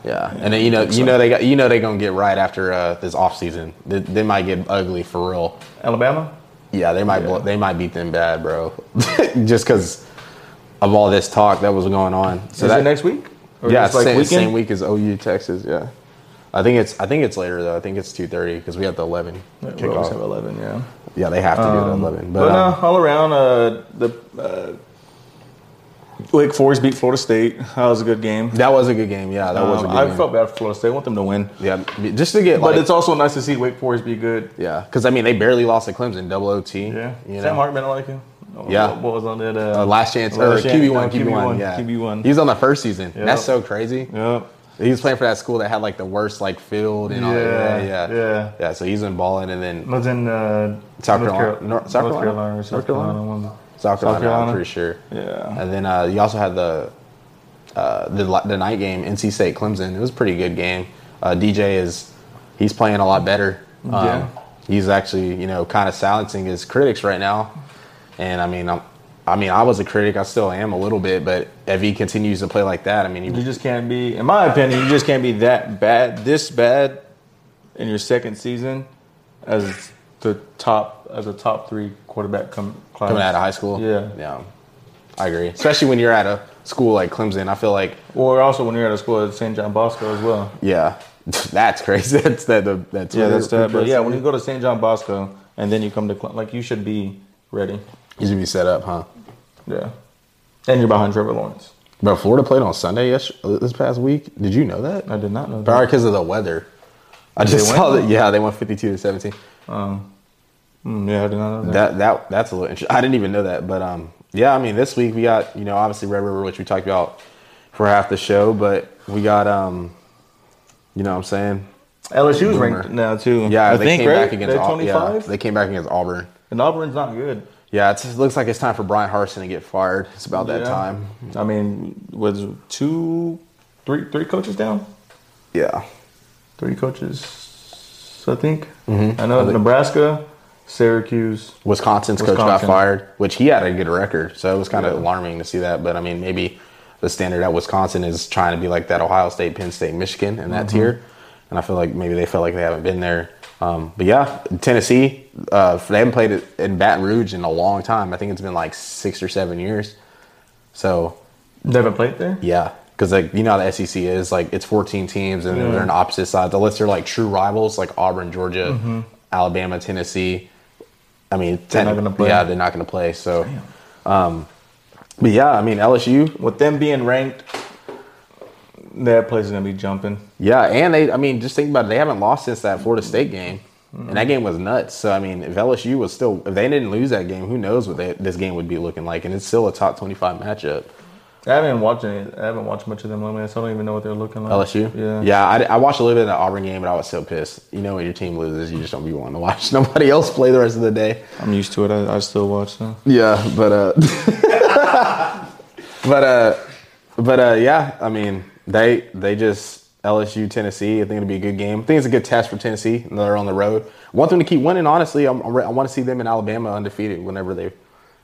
A: Yeah, and then, you know, you know they got, you know they gonna get right after uh, this offseason. They, they might get ugly for real.
B: Alabama.
A: Yeah, they might
B: Yeah.
A: Blow, they might beat them bad, bro. Just because of all this talk that was going on. So
B: Is
A: that
B: it next week? Or
A: yeah,
B: just, like
A: same,
B: weekend?
A: same week as OU Texas. Yeah, I think it's I think it's later though. I think it's two thirty because we have the eleven
B: Yeah, We always have
A: kickoff.
B: eleven. Yeah.
A: Yeah, they have to do the eleven. But,
B: But uh,
A: um,
B: no, all around, uh, the uh, Wake Forest beat Florida State. That was a good game.
A: that was a good game. Yeah, that was a
B: Um,
A: good
B: I
A: game.
B: felt bad for Florida State. I want them to win.
A: yeah, just to get
B: But
A: like
B: it's also nice to see Wake Forest be good.
A: yeah, because I mean they barely lost to Clemson, double OT. you
B: Sam
A: know.
B: Hartman, I like him. Oh,
A: Yeah.
B: What what was on that? Uh,
A: Uh, last chance or
B: Last chance,
A: QB one,
B: no,
A: QB one,
B: QB1,
A: yeah,
B: QB1.
A: He was on the first season.
B: Yep.
A: That's so crazy.
B: Yep.
A: He was playing for that school that had like the worst like field and all that. Yeah, yeah,
B: yeah.
A: yeah. So he's been balling, and then
B: Was in uh,
A: South
B: North
A: Carolina-
B: Carol-
A: Nor- South
B: North
A: Carolina?
B: Carolina or South
A: North Carolina?
B: Carolina. one.
A: South Carolina,
B: Carolina?
A: I'm pretty sure.
B: Yeah.
A: And then uh, you also had the uh, the li- the night game, NC State Clemson. It was a pretty good game. Uh, DJ is he's playing a lot better. Um,
B: Yeah.
A: He's actually you know kind of silencing his critics right now. And I mean, I'm, I mean, I was a critic. I still am a little bit. But if he continues to play like that, I mean, he,
B: You just can't be, in my opinion, you just can't be that bad, this bad, in your second season, as the top, as a top three quarterback come class.
A: coming out of high school.
B: Yeah.
A: yeah, I agree. Especially when you're at a school like Clemson, I feel like
B: Or also when you're out of school at St. John Bosco as well.
A: yeah, that's crazy. That's that. The, that's
B: Yeah, that's that. But yeah, when you go to St. John Bosco and then you come to Cle- like you should be ready.
A: you should be set up, huh?
B: Yeah, and you're behind Trevor Lawrence.
A: Bro, Florida played on Sunday yes this past week. Did you know that?
B: I did not know
A: Probably
B: that.
A: because of the weather. I
B: Did they
A: just
B: win?
A: saw that. Yeah, they won fifty-two to seventeen.
B: Mm, yeah, I did not know that.
A: That that that's a little interesting. I didn't even know that, but um, yeah. I mean, this week we got you know obviously Red River, which we talked about for half the show, but we got um, you know what I'm saying
B: LSU's ranked
A: Boomer.
B: now too.
A: yeah.
B: I
A: they
B: think
A: came
B: right.
A: back against
B: They're
A: Au- yeah,
B: 25,
A: they came back against Auburn.
B: and Auburn's not good.
A: Yeah, it's, it looks like it's time for Brian Harson to get fired. It's about that
B: Yeah.
A: time.
B: I mean, was two, three, three coaches down.
A: Yeah,
B: Three coaches, I think.
A: Mm-hmm.
B: I know Nebraska, Syracuse.
A: Wisconsin's coach got
B: Wisconsin.
A: fired, which he had a good record, so it was kind of
B: Yeah.
A: alarming to see that. But I mean, maybe the standard at Wisconsin is trying to be like that Ohio State, Penn State, Michigan, and
B: Mm-hmm.
A: that tier. And I feel like maybe they felt like they haven't been there. Um, but yeah, Tennessee, uh, they haven't played it in Baton Rouge in a long time. I think it's been like six or seven years. So
B: They haven't played there.
A: yeah, because like you know how the SEC is like it's 14 teams and
B: Mm.
A: they're on opposite sides. Unless they're like true rivals like Auburn, Georgia, Alabama, Tennessee. I mean,
B: Mm-hmm. They're
A: techni-
B: not gonna play.
A: Yeah, they're not going to play. So, um, but yeah, I mean LSU.
B: With them being ranked, that place is gonna be jumping.
A: Yeah, and they. I mean, just think about it. They haven't lost since that Florida State game. And
B: Mm-hmm.
A: that game was nuts. So I mean, if LSU was still, if they didn't lose that game, who knows what they, this game would be looking like? And it's still a top twenty-five matchup.
B: I haven't watched any. I haven't watched much of them lately, so I don't even know what they're looking like.
A: LSU.
B: Yeah.
A: Yeah. I, I watched a little bit of the Auburn game, but I was so pissed. You know, when your team loses, you just don't be wanting to watch nobody else play the rest of the day.
B: I'm used to it. I, I still watch them.
A: Yeah, but uh, but uh, but uh, yeah. I mean, they they just LSU Tennessee. I think it'll be a good game. I think it's a good test for Tennessee. They're on the road. I want them to keep winning. Honestly, I'm, I'm re- I want to see them in Alabama undefeated whenever they.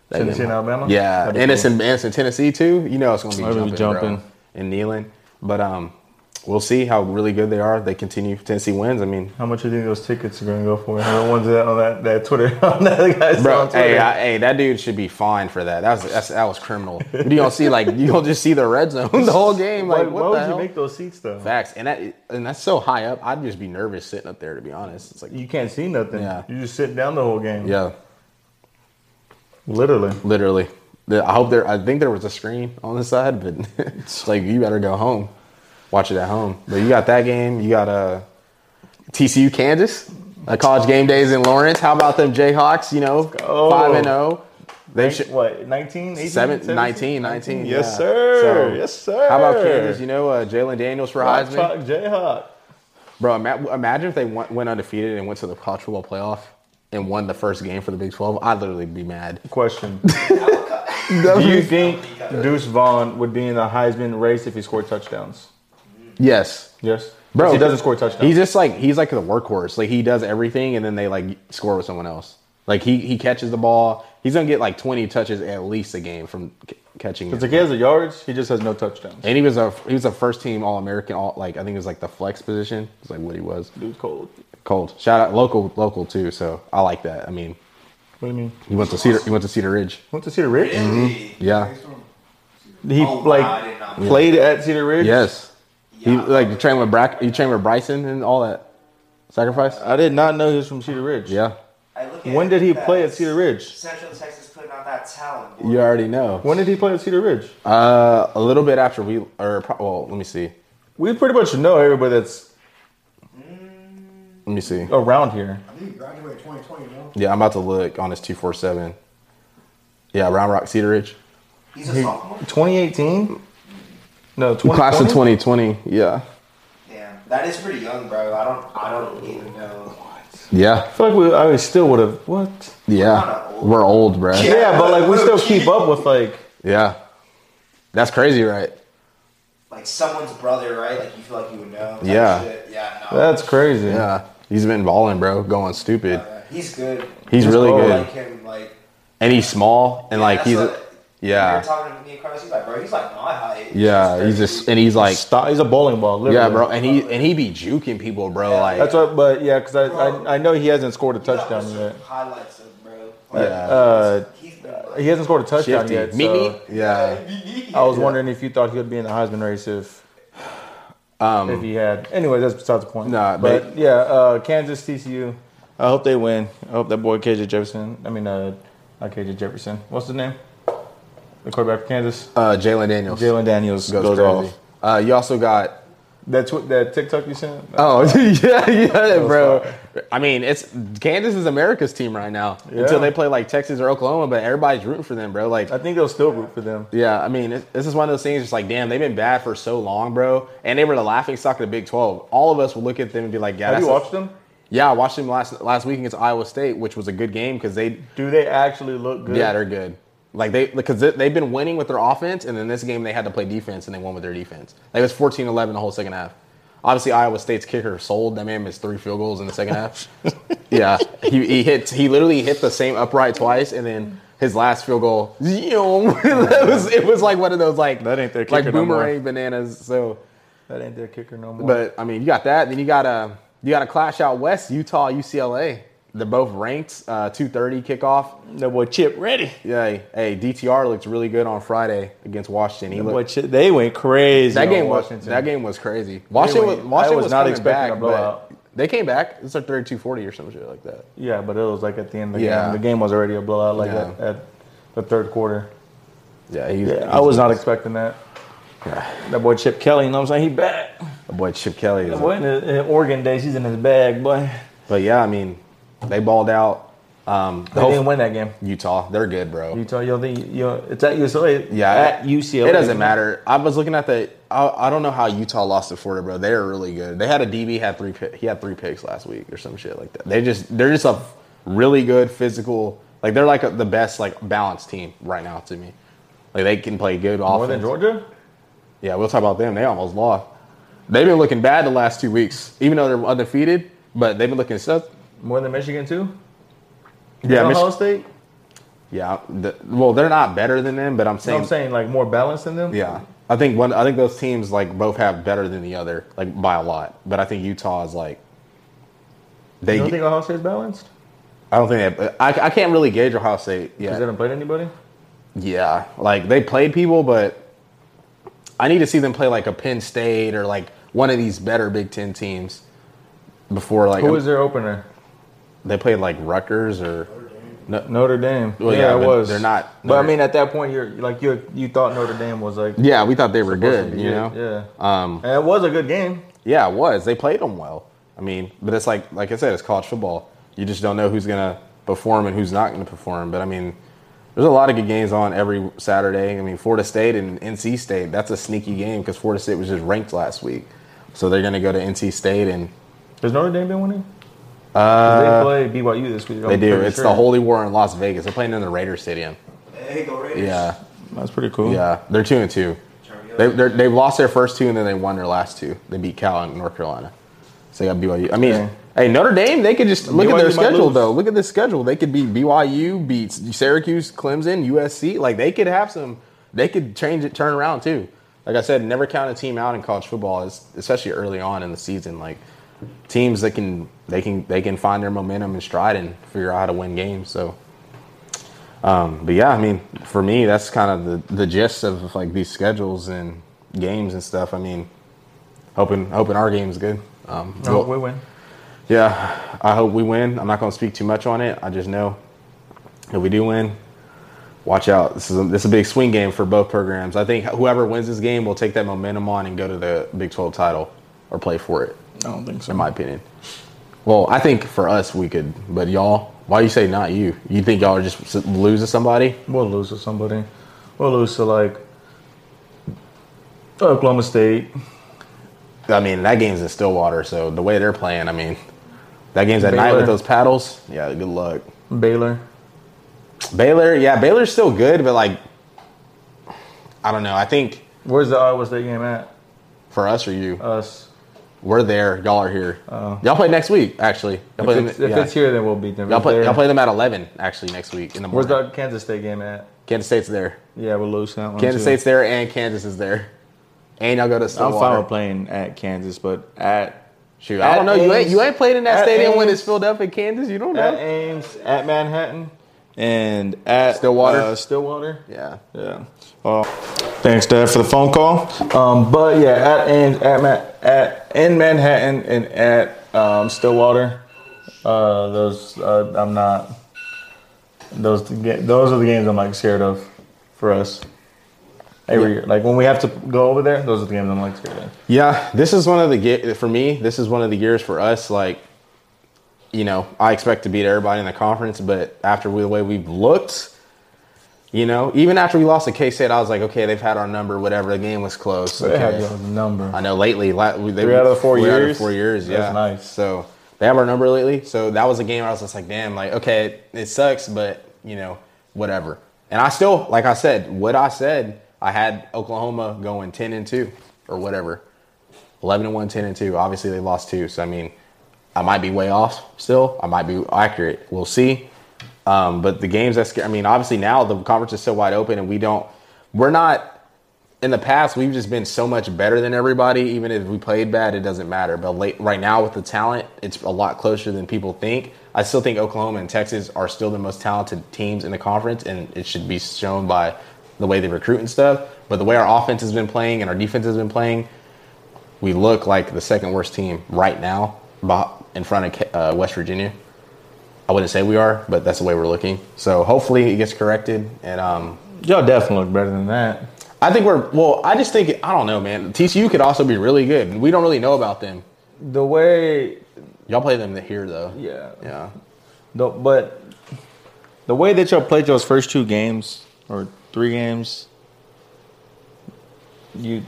A: that
B: Tennessee
A: game-
B: and Alabama?
A: Yeah,
B: That'd be
A: and it's,
B: cool.
A: in, and it's in Tennessee too. You know it's going to be
B: That'd
A: jumping,
B: be
A: bro,
B: jumping.
A: and kneeling. But um, we'll see how really good they are. If they continue. Tennessee wins. I mean,
B: How much do you think those tickets are going to go for? The ones that on that, that Twitter on that guy's
A: Bro,
B: on Twitter.
A: hey, I, hey, that dude should be fined for that. That was that's, that was criminal. You don't see like you don't just see the red zone the whole game.
B: why,
A: Like
B: why
A: what
B: would
A: the
B: you
A: hell?
B: make those seats though?
A: Facts, and that and that's so high up. I'd just be nervous sitting up there to be honest. It's like
B: You can't see nothing.
A: Yeah.
B: You just sit down the whole game.
A: yeah,
B: Literally.
A: literally. The- I hope there. I think there was a screen on the side, but it's like you better go home, watch it at home. But you got that game. You got uh, TCU Kansas. Uh, college game days in Lawrence. How about them Jayhawks? You know,
B: go.
A: five and zero. They should.
B: what? 19, 18,
A: Seven,
B: 17?
A: 19, 19.
B: Yes,
A: yeah.
B: sir.
A: So,
B: Yes, sir.
A: How about Kansas? You know, uh, Jalen Daniels for
B: Rock
A: Heisman.
B: Chalk Jayhawk.
A: Bro, ima- imagine if they went, went undefeated and went to the college football playoff and won the first game for the Big 12. I'd literally be mad.
B: Question. Do you think Deuce Vaughn would be in the Heisman race if he scored touchdowns?
A: Yes.
B: Yes.
A: Bro,
B: Because he doesn't score touchdowns.
A: He's just like, he's like the workhorse. Like, he does everything and then they like score with someone else. Like, he, he catches the ball. He's going to get like 20 touches at least a game from c- catching it.
B: Because if he has the yards, he just has no touchdowns.
A: And he was a he was a first team All American. All like I think it was like the flex position. It's like what he was.
B: Dude's cold.
A: Cold. Shout out local local too. So I like that. I mean,
B: What do you mean?
A: he went to Cedar. He went to Cedar Ridge.
B: Went to Cedar Ridge? Mm-hmm.
D: Really?
A: Yeah.
B: He
D: Oh, wow,
B: like
D: I did not know.
B: played at Cedar Ridge.
A: Yes. He
D: Yeah.
A: like you train with Brack. You train with Bryson and all that. Sacrifice.
B: I did not know he was from Cedar Ridge.
A: Yeah.
D: I look
B: When did he
D: that.
B: play at Cedar Ridge?
D: Central Texas putting out that talent. boy.
A: You already know.
B: When did he play at Cedar Ridge?
A: Uh, a little bit after we or pro- well, let me see.
B: We pretty much know everybody that's
A: Let me see.
B: around here.
C: I think he graduated 2020, you know?
A: Yeah, I'm about to look on his two four seven. Yeah, Round Rock Cedar Ridge.
D: He's a sophomore.
B: 2018? No, 2020?
A: Class of 2020. Yeah.
D: Damn, that is pretty young, bro. I don't, I don't even know.
A: Yeah.
B: I feel like we, I still would have. What?
A: Yeah. We're old, bruh.
B: Yeah, but like we still keep up with like.
A: Yeah. That's crazy, right?
D: Like someone's brother, right? Like you feel like you would know. type
A: Yeah.
D: shit. Yeah. No.
B: That's crazy.
A: Yeah. He's been balling, bro, going stupid.
D: Uh, he's good.
A: He's really
D: I
A: good.
D: Like him, like.
A: And he's small and like
D: that's
A: he's
D: what-
A: yeah.
D: We were talking to me and Carlos. He's like, bro, he's like my height.
A: yeah, he's
D: crazy.
A: just and he's like
B: Stop, he's a bowling ball. Literally.
A: yeah, bro, and he and he be juking people, bro,
D: Yeah.
A: like
B: That's what. But yeah, because I, I I know he hasn't scored a touchdown yet.
D: Highlights of bro.
A: Yeah.
B: Uh,
D: He's
B: he hasn't scored a touchdown
A: shifty.
B: yet.
A: me,
B: so
A: me. Yeah.
B: I was wondering if you thought he would be in the Heisman race if. Um, if he had, anyway, that's besides the point.
A: Nah,
B: but yeah, uh, Kansas TCU. I hope they win. I hope that boy KJ Jefferson. I mean, uh, not KJ Jefferson. What's his name? The quarterback for Kansas,
A: Uh Jalen Daniels
B: Jalen Daniels goes,
A: goes, crazy.
B: off.
A: Uh you also got
B: That's what that TikTok you sent.
A: Oh, yeah, yeah, bro.
B: fire.
A: I mean, it's Kansas is America's team right now
B: Yeah.
A: until they play like Texas or Oklahoma, but everybody's rooting for them, bro. Like
B: I think they'll still root for them.
A: Yeah, I mean, it- this is one of those things. It's like, damn, they've been bad for so long, bro, and they were the laughing stock of the Big Twelve. All of us will look at them and be like, yeah,
B: Have you
A: that's a-
B: watched them?
A: Yeah, I watched them last last week against Iowa State, which was a good game because they,
B: Do they actually look good?
A: yeah, they're good. Like they, because they, they've been winning with their offense, and then this game they had to play defense, and they won with their defense. Like it was 14-11 the whole second half. Obviously, Iowa State's kicker sold. That man missed three field goals in the second half. Yeah, he, he hit. He literally hit the same upright twice, and then his last field goal. that was it. Was like one of those like
B: That ain't their
A: like
B: kicker no more.
A: boomerang bananas. So,
B: that ain't their kicker no more.
A: but I mean, you got that. Then you got a you got a clash out west, Utah, UCLA. They're both ranked. Uh, Two thirty kickoff.
B: that boy Chip ready.
A: Yeah, hey, DTR looks really good on Friday against Washington. He
B: That boy
A: looked,
B: Chip, they went crazy.
A: that
B: on
A: game was
B: Washington.
A: that game was crazy. Washington was,
B: went-
A: Washington
B: I was
A: was
B: not
A: coming
B: expecting
A: back, but
B: a blowout.
A: They came back. It's like 32-40 or some shit like that.
B: Yeah, but it was like at the end of the
A: Yeah.
B: game. The game was already a blowout, like
A: Yeah.
B: at, at the third quarter.
A: Yeah, he's,
B: Yeah, I was not expecting that. That boy Chip Kelly, you know what I'm saying? He back.
A: boy Chip Kelly. Is
B: Boy, in, the, in Oregon days, he's in his bag, boy.
A: But yeah, I mean, they balled out. Um,
B: They
A: hope-
B: didn't win that game.
A: Utah, they're good, bro.
B: Utah, yo, the, yo, it's at UCLA.
A: Yeah,
B: at UCLA.
A: It doesn't matter. I was looking at the. I, I don't know how Utah lost to Florida, bro. They are really good. They had a DB had three. pi- He had three picks last week or some shit like that. They just they're just a really good physical. Like they're like a, the best like balanced team right now to me. Like they can play good offense.
B: More than Georgia.
A: Yeah, we'll talk about them. They almost lost. They've been looking bad the last two weeks, even though they're undefeated. But they've been looking stuff.
B: More than Michigan too.
A: Yeah,
B: Ohio
A: Mich-
B: State.
A: yeah. The, well, they're not better than them, but I'm
B: No,
A: saying
B: I'm saying like more balanced than them.
A: Yeah, I think one. I think those teams like both have better than the other, like by a lot. But I think Utah is like they.
B: You don't think Ohio State's balanced?
A: I don't think they. I, I can't really gauge Ohio State.
B: Because
A: Yeah,
B: they haven't played anybody.
A: yeah. Like they played people, but I need to see them play like a Penn State or like one of these better Big Ten teams before like
B: Who was their opener?
A: they played like Rutgers or
B: Notre Dame.
A: Well, yeah,
B: yeah, it
A: but
B: was.
A: they're not-
B: But I mean, at that point, you're like you you thought Notre Dame was like
A: yeah. We thought they were
B: supposed to
A: good.
B: be
A: You
B: it.
A: know.
B: Yeah.
A: Um,
B: And Uh, it was a good game.
A: Yeah, it was. They played them well. I mean, but it's like like I said, it's college football. You just don't know who's gonna perform and who's not gonna perform. But I mean, there's a lot of good games on every Saturday. I mean, Florida State and NC State. That's a sneaky game because Florida State was just ranked last week, so they're gonna go to NC State and
B: Has Notre Dame been winning? Uh, they play BYU this week.
A: they do. It's the Holy War in Las Vegas. They're playing in the Raider Stadium.
D: Hey, go Raiders.
A: Yeah,
B: That's pretty cool.
A: yeah. They're two and two. They they're- they've lost their first two and then they won their last two. They beat Cal and North Carolina. So they got BYU. I mean,
B: Yeah.
A: hey Notre Dame, they could just look at
B: BYU
A: their
B: might
A: schedule
B: lose.
A: though. Look at this schedule. They could beat BYU, beat Syracuse, Clemson, USC. Like they could have some. They could change it, turn around too. Like I said, never count a team out in college football, es- especially early on in the season. Like teams that can they can they can find their momentum and stride and figure out how to win games. So. Um, but yeah, I mean, for me, that's kind of the, the gist of like these schedules and games and stuff. I mean, hoping hoping our game's good. Um,
B: No,
A: we'll-
B: we win.
A: yeah, I hope we win. I'm not going to speak too much on it. I just know if we do win, watch out. This is a, this is a big swing game for both programs. I think whoever wins this game will take that momentum on and go to the Big 12 title or play for it.
B: I don't think so.
A: In my opinion. Well, I think for us we could, but y'all, why you say not you? You think y'all are just s- losing somebody?
B: We'll lose to somebody. We'll lose to like Oklahoma State.
A: I mean, that game's in Stillwater, so the way they're playing, I mean, that game's at night with
B: Baylor.
A: those paddles. Yeah, good luck.
B: Baylor.
A: Baylor, yeah, Baylor's still good, but like, I don't know. I think
B: Where's the Iowa State game at?
A: for us or you,
B: Us.
A: we're there. Y'all are here. y'all play next week, actually. Y'all play,
B: Oh. If
A: them,
B: it's, if
A: yeah.
B: it's here, then we'll beat them.
A: y'all,
B: If
A: play,
B: they're-
A: y'all play them at eleven, actually, next week in the
B: Where's
A: morning.
B: the Kansas State game at?
A: Kansas State's there.
B: Yeah, we'll lose that one.
A: Kansas
B: too.
A: State's there, and Kansas is there. And y'all go to
B: I'm
A: Stillwater.
B: fine with playing at Kansas, but at
A: Shoot, I don't know.
B: At
A: You ain't
B: Ames-
A: you ain't played in that
B: at
A: stadium when
B: Ames-
A: it's filled up in Kansas. You don't know.
B: at Ames, at Manhattan, and at
A: Stillwater?
B: uh, Stillwater.
A: yeah.
B: Yeah. Well, thanks, Dad, for the phone call. Um, but yeah, at in at, Ma- at in Manhattan and at um, Stillwater, uh, those uh, I'm not. Those the ga- those are the games I'm like scared of for us. Every year, like when we have to go over there, those are the games I'm like scared of.
A: Yeah, this is one of the ge- for me. This is one of the years for us. Like, you know, I expect to beat everybody in the conference, but after we, the way we've looked, you know, even after we lost to K State, I was like, okay, they've had our number. Whatever, the game was close.
B: They have
A: okay.
B: y'all's number.
A: I know lately, la- we- they,
B: Three out of the four
A: three out of the
B: years?
A: four years, yeah,
B: That's nice.
A: So they have our number lately. So that was a game I was just like, damn, like okay, it, it sucks, but you know, whatever. And I still, like I said, what I said, I had Oklahoma going ten and two or whatever, eleven and one, 10 and two. Obviously, they lost two. So I mean, I might be way off still. I might be accurate. We'll see. Um, but the games that scare, I mean, obviously now the conference is so wide open, and we don't, we're not in the past we've just been so much better than everybody even if we played bad it doesn't matter but late right now with the talent it's a lot closer than people think i still think oklahoma and texas are still the most talented teams in the conference and it should be shown by the way they recruit and stuff but the way our offense has been playing and our defense has been playing we look like the second worst team right now beh- in front of Ca- uh, west virginia i wouldn't say we are but that's the way we're looking so hopefully it gets corrected and um,
B: Y'all definitely look better than that.
A: I think we're well. I just think I don't know, man. TCU could also be really good. We don't really know about them.
B: The way
A: Y'all play them here though.
B: Yeah.
A: Yeah.
B: No, but the way that y'all played those first two games or three games, you.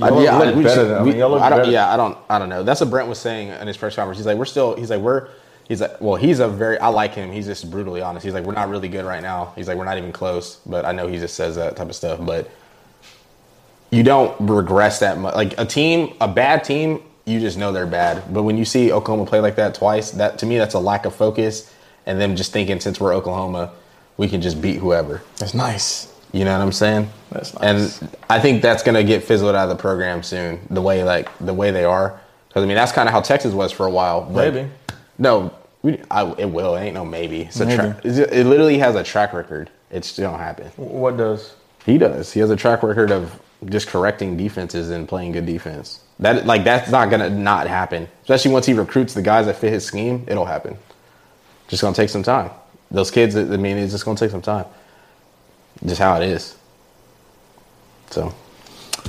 A: I-
B: Y'all
A: yeah, I-
B: look
A: we
B: better
A: should-
B: than I
A: we-
B: mean, y'all look
A: I don't,
B: better.
A: yeah, I don't, I don't know. That's what Brent was saying in his press conference. He's like, we're still. He's like, we're. He's like, well, he's a very. I like him. He's just brutally honest. He's like, we're not really good right now. He's like, we're not even close. But I know he just says that type of stuff. But you don't regress that much. Like a team, a bad team, you just know they're bad. But when you see Oklahoma play like that twice, that to me, that's a lack of focus. And them just thinking, since we're Oklahoma, we can just beat whoever.
B: That's nice.
A: You know what I'm saying?
B: That's nice.
A: And I think that's gonna get fizzled out of the program soon. The way like the way they are, because I mean that's kind of how Texas was for a while. but-
B: Maybe.
A: No, we, I, it will. It ain't no maybe. It's a tra-
B: Maybe.
A: it, it literally has a track record. It still don't happen.
B: What does?
A: He does. He has a track record of just correcting defenses and playing good defense. That like that's not gonna not happen. Especially once he recruits the guys that fit his scheme, it'll happen. Just gonna take some time. Those kids, I mean, it's just gonna take some time. Just how it is. So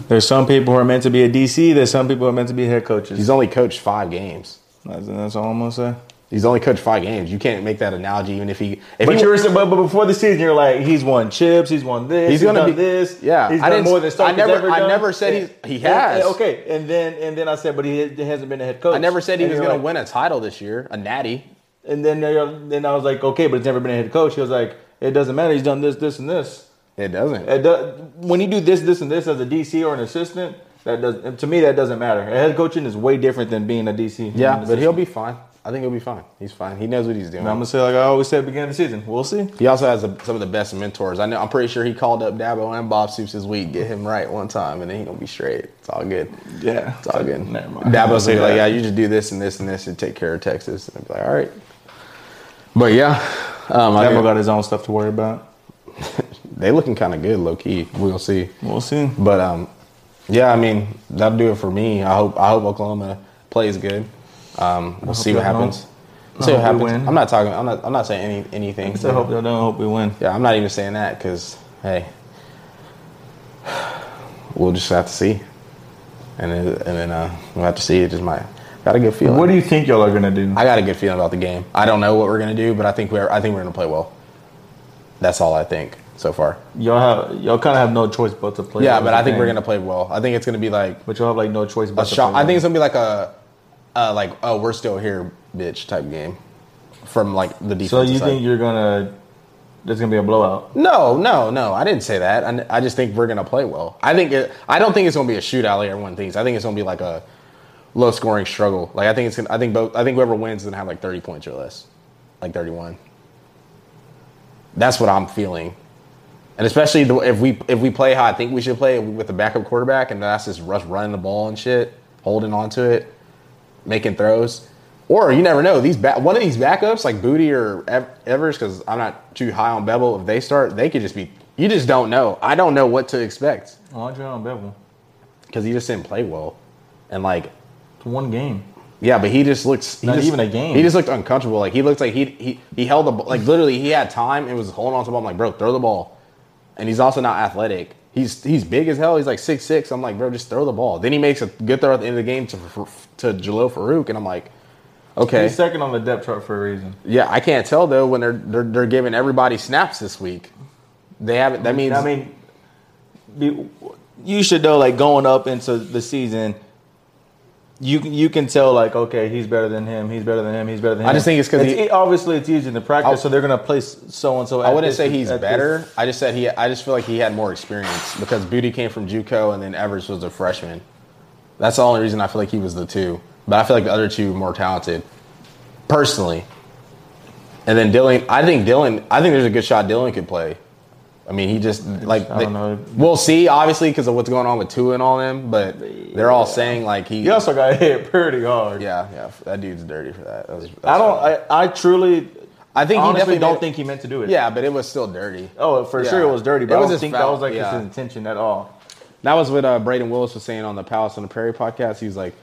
B: There's some people who are meant to be a DC. There's some people who are meant to be head coaches.
A: he's only coached five games.
B: that's, that's all I'm gonna say.
A: He's only coached five games. You can't make that analogy, even if he. If
B: But
A: he
B: you were but, but before the season, you're like, he's won chips, he's won this,
A: He's
B: he's,
A: gonna
B: done
A: be-
B: this,
A: yeah.
B: he's
A: I
B: done
A: didn't-
B: more than
A: I
B: Stark's
A: never-
B: ever
A: I
B: done.
A: never said
B: And-
A: he's- he
B: and-
A: has.
B: and- okay, and then and then I said, but he, he hasn't been a head coach.
A: I never said he
B: And
A: was
B: you're
A: gonna
B: like-
A: win a title this year, a natty.
B: And then you're- then I was like, okay, but he's never been a head coach. He was like, it doesn't matter. He's done this, this, and this.
A: It doesn't.
B: It do, when you do this, this, and this as a DC or an assistant, that does to me that doesn't matter. Head coaching is way different than being a DC.
A: yeah, but he'll be fine. I think he'll be fine. He's fine. He knows what he's doing.
B: I'm gonna say like I always said, at the beginning of the season, we'll see.
A: He also has a, some of the best mentors. I know. I'm pretty sure he called up Dabo and Bob Soups this week. Get him right one time, and then he gonna be straight. It's all good.
B: Yeah,
A: It's all good.
B: Never mind.
A: Dabo's gonna be like,
B: Yeah.
A: yeah, you just do this and this and this and take care of Texas. And I'd be like, all right. But yeah, um, I
B: Dabo
A: mean,
B: got his own stuff to worry about.
A: they looking kind of good, low key. We'll see.
B: We'll see.
A: But um, yeah, I mean that'll do it for me. I hope I hope Oklahoma plays good. Um, we'll see
B: hope
A: what
B: y'all
A: happens.
B: don't.
A: We'll see what
B: hope we
A: happens.
B: win.
A: I'm not talking. I'm not. I'm not saying any anything.
B: So I hope y'all don't. Hope we win.
A: Yeah, I'm not even saying that because hey, we'll just have to see, and then, and then uh, we'll have to see. It just might got a good feeling.
B: What do you think y'all are gonna do?
A: I got a good feeling about the game. I don't know what we're gonna do, but I think we're I think we're gonna play well. That's all I think so far.
B: Y'all have y'all kind of have no choice but to play.
A: Yeah,
B: That's
A: but
B: the
A: I think we're
B: thing.
A: gonna play well. I think it's gonna be like
B: But y'all have like no choice but
A: a
B: to
A: shot.
B: play.
A: I think it's gonna be like a, a like oh we're still here, bitch type game, from like the defense.
B: so. You think you're gonna? There's gonna be a blowout.
A: No, no, no. I didn't say that. I, I just think we're gonna play well. I think it, I don't think it's gonna be a shootout like everyone thinks. I think it's gonna be like a low scoring struggle. Like I think it's gonna, I think both I think whoever wins is gonna have like thirty points or less, like thirty one. That's what I'm feeling, and especially the, if we if we play how I think we should play with the backup quarterback, and that's just us running the ball and shit, holding on to it, making throws. Or you never know these ba- one of these backups like Booty or Ev- Evers because I'm not too high on Bevel. If they start, they could just be. You just don't know. I don't know what to expect
B: Andre on Bevel.
A: because he just didn't play well, and like
B: It's one game.
A: yeah, but he just looks he
B: Not
A: just-
B: even a game.
A: He just looked uncomfortable. Like he looked like he he he held the ball- like literally he had time and was holding on to the ball. I'm like bro, throw the ball, and he's also not athletic. He's he's big as hell. He's like six six. I'm like bro, just throw the ball. Then he makes a good throw at the end of the game to to Jalil Farouk, and I'm like. Okay.
B: He's second on the depth chart for a reason.
A: Yeah, I can't tell though when they're they're, they're giving everybody snaps this week. They haven't. That means
B: I mean, be- you should know like going up into the season. You can- you can tell like okay he's better than him he's better than him he's better than him.
A: I just think it's 'cause he-
B: it- obviously it's used in the practice
A: I'll-
B: so they're gonna place so and so.
A: I wouldn't say he's better. I just said he. I just feel like he had more experience because Booty came from JUCO and then Evers was a freshman. That's the only reason I feel like he was the two. But I feel like the other two were more talented, personally. And then Dylan, I think Dylan, I think there's a good shot Dylan could play. I mean, he just like
B: I don't know.
A: we'll see, obviously, because of what's going on with Tua and all them. But they're all saying like he.
B: He also got hit pretty hard.
A: Yeah, yeah, that dude's dirty for that. That was-
B: I don't. I, I truly.
A: I think he
B: honestly
A: definitely
B: don't
A: made-
B: think he meant to do it.
A: Yeah, but it was still dirty.
B: Oh, for
A: Yeah.
B: sure it was dirty, but
A: It
B: I
A: was
B: don't
A: his
B: think
A: foul,
B: that was like
A: yeah.
B: his intention at all.
A: That was what uh, Braden Willis was saying on the Palace on the Prairie podcast. He was like,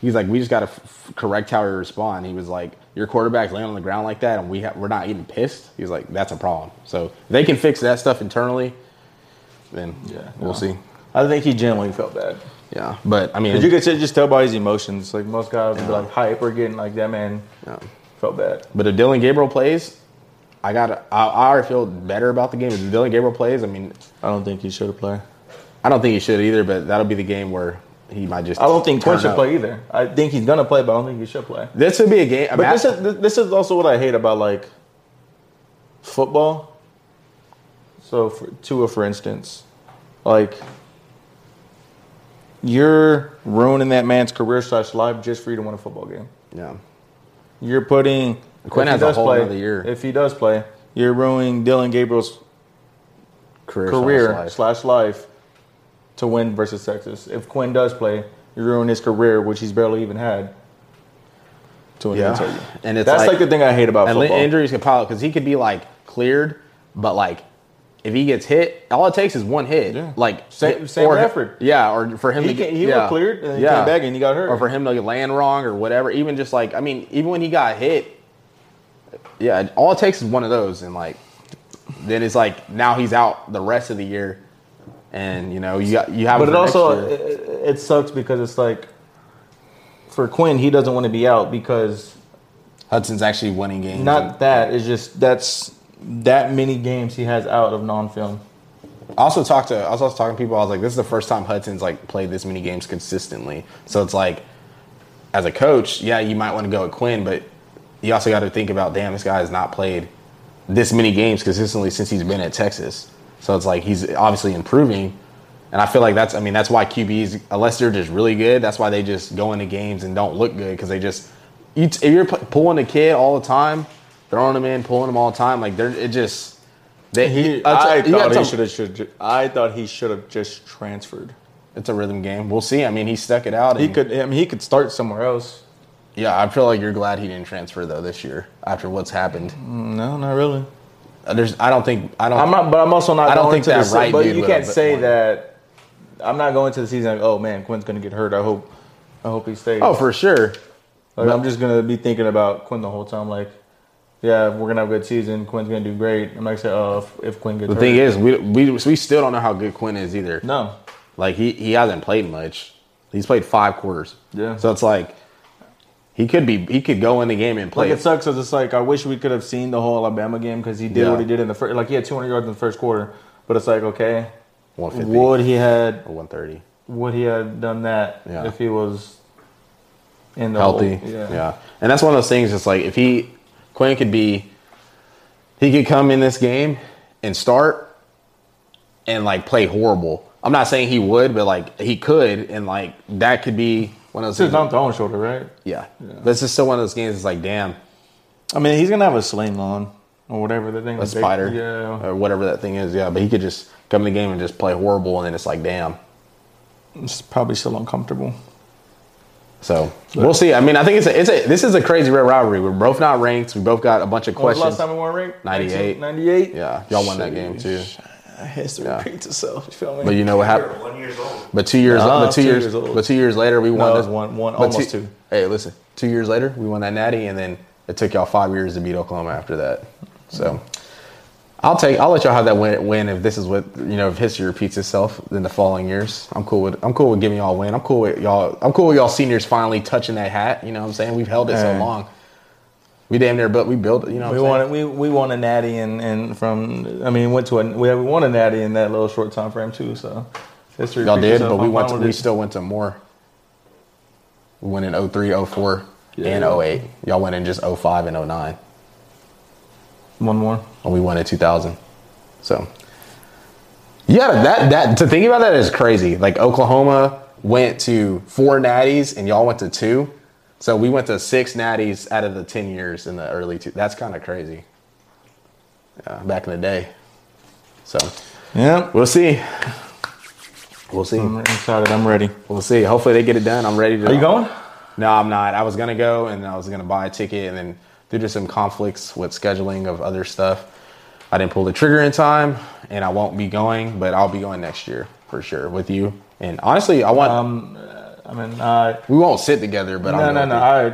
A: he's like, we just got to f- correct how we respond. He was like, your quarterback's laying on the ground like that, and we ha- we're not getting pissed. He was like, that's a problem. So if they can fix that stuff internally. Then
B: Yeah,
A: we'll
B: no.
A: see.
B: I think he genuinely felt bad.
A: Yeah, but I mean,
B: But you could just tell by his emotions. Like most guys would be like hype or getting like that man
A: yeah.
B: felt bad.
A: but if Dylan Gabriel plays, I got. to I, I already feel better about the game. If Dylan Gabriel plays, I mean,
B: I don't think he should have played.
A: I don't think he should either. But that'll be the game where he might just.
B: I don't think Quinn
A: turn
B: should
A: up.
B: play either. I think he's gonna play, but I don't think he should play.
A: This would be a game. I mean,
B: But this
A: I-
B: is this is also what I hate about like football. So for Tua, for instance, like you're ruining that man's career slash life just for you to win a football game.
A: yeah.
B: You're putting
A: Quinn
B: if
A: has
B: he
A: a
B: does
A: whole
B: play-
A: nother year.
B: If he does play, you're ruining Dylan Gabriel's
A: Career.
B: career
A: slash life.
B: slash life to win versus Texas. If Quinn does play, you ruin his career, which he's barely even had. To an
A: Yeah.
B: interview.
A: And it's
B: that's like,
A: like-
B: the thing I hate about
A: And li-
B: football.
A: injuries could pile up because he could be like cleared, but like if he gets hit, all it takes is one hit.
B: Yeah.
A: Like
B: Same- same
A: or,
B: Bradford.
A: Yeah, or for him
B: he
A: to get-
B: came, he
A: yeah.
B: was cleared and he came back and he got hurt.
A: or for him to land wrong or whatever. Even just like I mean, even when he got hit, yeah, all it takes is one of those, and like then it's like now he's out the rest of the year, and you know you got, you have.
B: but
A: him
B: it
A: for next year.
B: also it, it- it sucks because it's like for Quinn, he doesn't want to be out because
A: Hudson's actually winning games.
B: not that it's just that's that many games he has out of non-film.
A: I also talked to I was also talking to people. I was like, this is the first time Hudson's like played this many games consistently. So it's like, as a coach, yeah, you might want to go with Quinn, but you also got to think about, damn, this guy has not played this many games consistently since he's been at Texas. So it's like he's obviously improving, and I feel like that's I mean that's why QBs unless they're just really good, that's why they just go into games and don't look good because they just you t- if you're pu- pulling a kid all the time, throwing him in, pulling him all the time, like they're it just. They,
B: He,
A: it's a-
B: I,
A: you got
B: thought he
A: some-
B: should have should I thought he should have just transferred.
A: it's a rhythm game. We'll see. I mean, he stuck it out.
B: He
A: and-
B: could I mean he could start somewhere else.
A: Yeah, I feel like you're glad he didn't transfer though this year after what's happened.
B: No, not really.
A: Uh, There's, I don't think I don't.
B: I'm not, but I'm also not.
A: I don't
B: going
A: think
B: to
A: that
B: the se-
A: right
B: But
A: dude
B: you
A: would've
B: can't say
A: won.
B: that. I'm not going to the season. Like, oh man, Quinn's going to get hurt. I hope. I hope he stays.
A: Oh, for sure.
B: Like, I'm just going to be thinking about Quinn the whole time. Like, yeah, we're going to have a good season. Quinn's going to do great. I'm not going to say, oh, if, if Quinn gets
A: The
B: hurt.
A: thing is, we, we we still don't know how good Quinn is either.
B: no.
A: Like he he hasn't played much. He's played five quarters.
B: Yeah.
A: So it's like he could be he could go in the game and play.
B: Like it sucks because it's like I wish we could have seen the whole Alabama game because he did
A: Yeah.
B: what he did in the first. Like he had 200 yards in the first quarter, but it's like okay,
A: 150
B: would he had
A: or 130.
B: would he have done that
A: Yeah.
B: if he was in the
A: healthy.
B: Whole,
A: yeah. And that's one of those things. It's like if he Quinn could be, he could come in this game and start and like play horrible. I'm not saying he would, but like he could, and like that could be one of those.
B: This
A: Things,
B: is not the own shoulder, right?
A: yeah. This is still one of those games. It's like damn
B: I mean, he's gonna have a sling on or whatever the thing.
A: a
B: is.
A: spider
B: Yeah.
A: or whatever that thing is. Yeah, but he could just come in the game and just play horrible, and then it's like damn.
B: It's probably still uncomfortable.
A: So we'll see. I mean, I think it's a, it's a this is a crazy red rivalry. We're both not ranked. We both got a bunch of
B: When was the
A: questions.
B: last time we won ranked?
A: 98.
B: 98?
A: yeah, y'all won that game too.
B: History
A: Yeah.
B: repeats itself. You feel me?
A: But you know what happened?
D: You're one years old.
A: But two years,
B: No,
A: but two,
B: two
A: years,
B: years old.
A: but two years later, we won.
B: it
A: the-
B: was one- one-
A: but
B: almost two.
A: Hey, listen, two years later, we won that natty, and then it took y'all five years to beat Oklahoma after that. So, I'll take, I'll let y'all have that win. Win if this is what you know, if history repeats itself in the following years. I'm cool with, I'm cool with giving y'all a win. I'm cool with y'all. I'm cool with y'all seniors finally touching that hat. You know what I'm saying? We've held it so
B: Hey.
A: long. We damn near, but we built. it, You know, what
B: we
A: I'm saying?
B: won. We we won a natty and, and from I mean went to a we we won a natty in that little short time frame too. So history.
A: Y'all
B: repeats
A: did,
B: itself.
A: but we
B: I'm
A: went. To,
B: fine
A: we
B: with it.
A: still went to more. We went in 03, 04, and
B: Yeah.
A: 08. Y'all went in just 05 and 09,
B: one more.
A: and we won in 2000. So, yeah, that that to think about that is crazy. Like Oklahoma went to four natties, and y'all went to two. So we went to six natties out of the 10 years in the early two. That's kind of crazy. Yeah, back in the day. So
B: Yeah.
A: we'll see. We'll see.
B: I'm excited. I'm ready.
A: We'll see. Hopefully they get it done. I'm ready to.
B: Mm-hmm. Are you going?
A: No, I'm not. I was gonna go and I was gonna buy a ticket, and then due to some conflicts with scheduling of other stuff, I didn't pull the trigger in time, and I won't be going. But I'll be going next year for sure with you. And honestly, I want
B: Um, I mean, uh,
A: we won't sit together, but
B: no,
A: I'll
B: no, no. I, I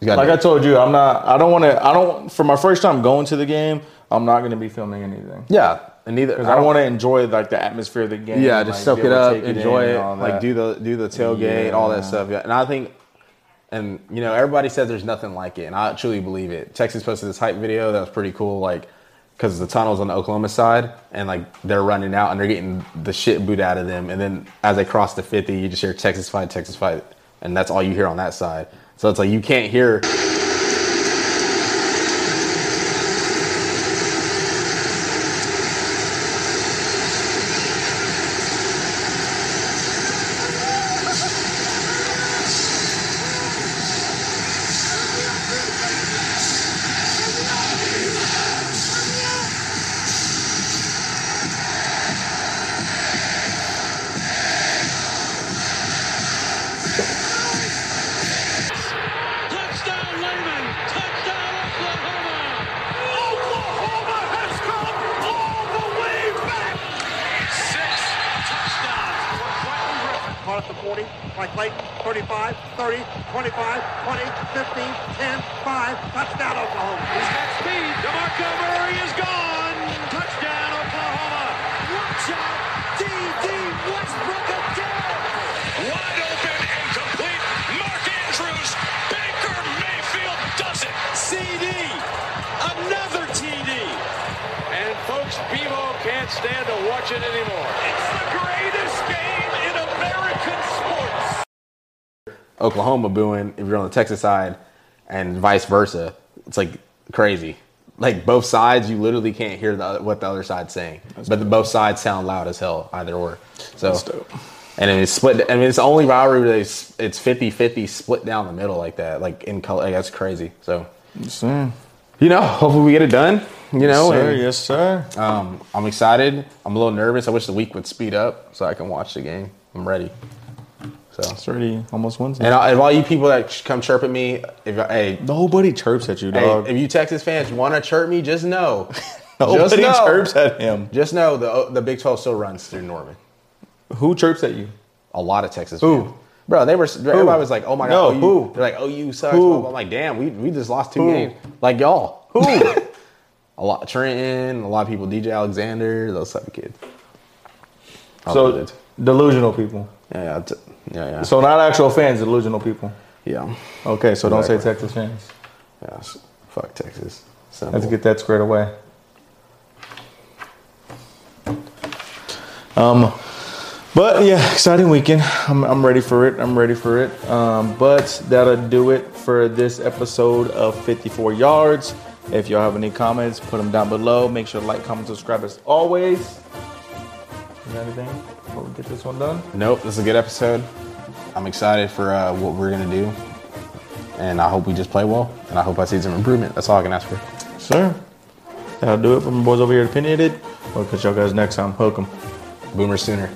A: You got
B: Like I told you, I'm not. I don't want to. I don't. For my first time going to the game, I'm not gonna be filming anything
A: Yeah, and neither.
B: because I, want to enjoy like the atmosphere of the game.
A: Yeah,
B: and,
A: just
B: like,
A: soak
B: be
A: it
B: able to
A: up,
B: take in
A: enjoy
B: and
A: it,
B: all
A: like
B: that.
A: do the do the tailgate, all that
B: Yeah.
A: stuff. Yeah, and I think, and you know, everybody says there's nothing like it, and I truly believe it. Texas posted this hype video that was pretty cool, like because the tunnels on the Oklahoma side, and like they're running out and they're getting the shit boot out of them, and then as they cross the fifty, you just hear Texas fight, Texas fight, and that's all you hear on that side. So it's like you can't hear.
F: Touchdown, Lehman! Touchdown, Oklahoma!
E: Oklahoma has come all the way back.
F: Six touchdowns for Quentin Griffin.
E: Caught at the 40, Mike Clayton, 35, 30, 25, 20, 15, 10, 5, touchdown Oklahoma.
F: He's got speed. DeMarco Murray is gone. Touchdown, Oklahoma. Watch out. D.D. Westbrook again.
E: Wide open and complete, Mark Andrews, Baker Mayfield does it.
F: C.D. Another T.D. And folks, Bevo can't stand to watch it anymore.
E: It's the greatest game in American sports.
A: Oklahoma booing if you're on the Texas side, and vice versa. It's like crazy. Like both sides, you literally can't hear the, other- what the other side's saying, but the, both sides sound loud as hell either or. So,
B: dope.
A: and then it's split. I mean, it's the only rivalry where they s- it's 50-50 split down the middle like that. Like in color, like, that's crazy. So,
B: Sir.
A: you know, hopefully we get it done. You know,
B: sir,
A: and,
B: yes, sir.
A: um, I'm excited. I'm a little nervous. I wish the week would speed up so I can watch the game. I'm ready. So
B: It's already almost Wednesday.
A: and, I, and all you people that ch- come chirp at me, if I- hey,
B: Nobody chirps at you,
A: hey
B: dog.
A: if you Texas fans want to chirp me, just know, just
B: Nobody
A: know,
B: chirps at him.
A: just know the the Big Twelve still runs through Norman.
B: Who chirps at you?
A: A lot of Texas
B: Who?
A: fans. Bro, they were. Everybody was like, "Oh my
B: No,
A: god, OU."
B: who?
A: They're like, "Oh, you sucks."
B: Who?
A: I'm like, "Damn, we, we just lost two
B: Who?
A: games." Like y'all, who? a lot, Trenton, a lot of people, DJ Alexander, those type of kids. All
B: so
A: good.
B: delusional people.
A: yeah, yeah, t- yeah, yeah.
B: So not actual fans, delusional people.
A: yeah,
B: Okay, so don't say
A: Exactly.
B: Texas fans.
A: yeah. Fuck Texas. So
B: Let's get that squared away. Um, but yeah, exciting weekend. I'm, I'm ready for it. I'm ready for it. Um, but that'll do it for this episode of 54 Yards. If y'all have any comments, put them down below. Make sure to like, comment, subscribe as always. You got anything before we get this one done?
A: Nope, this is a good episode. I'm excited for uh, what we're gonna do, and I hope we just play well, and I hope I see some improvement. That's all I can ask for.
B: Sir, that'll do it from boys over here. Opinionated. We'll catch y'all guys next time. Hook 'em.
A: Boomer sooner.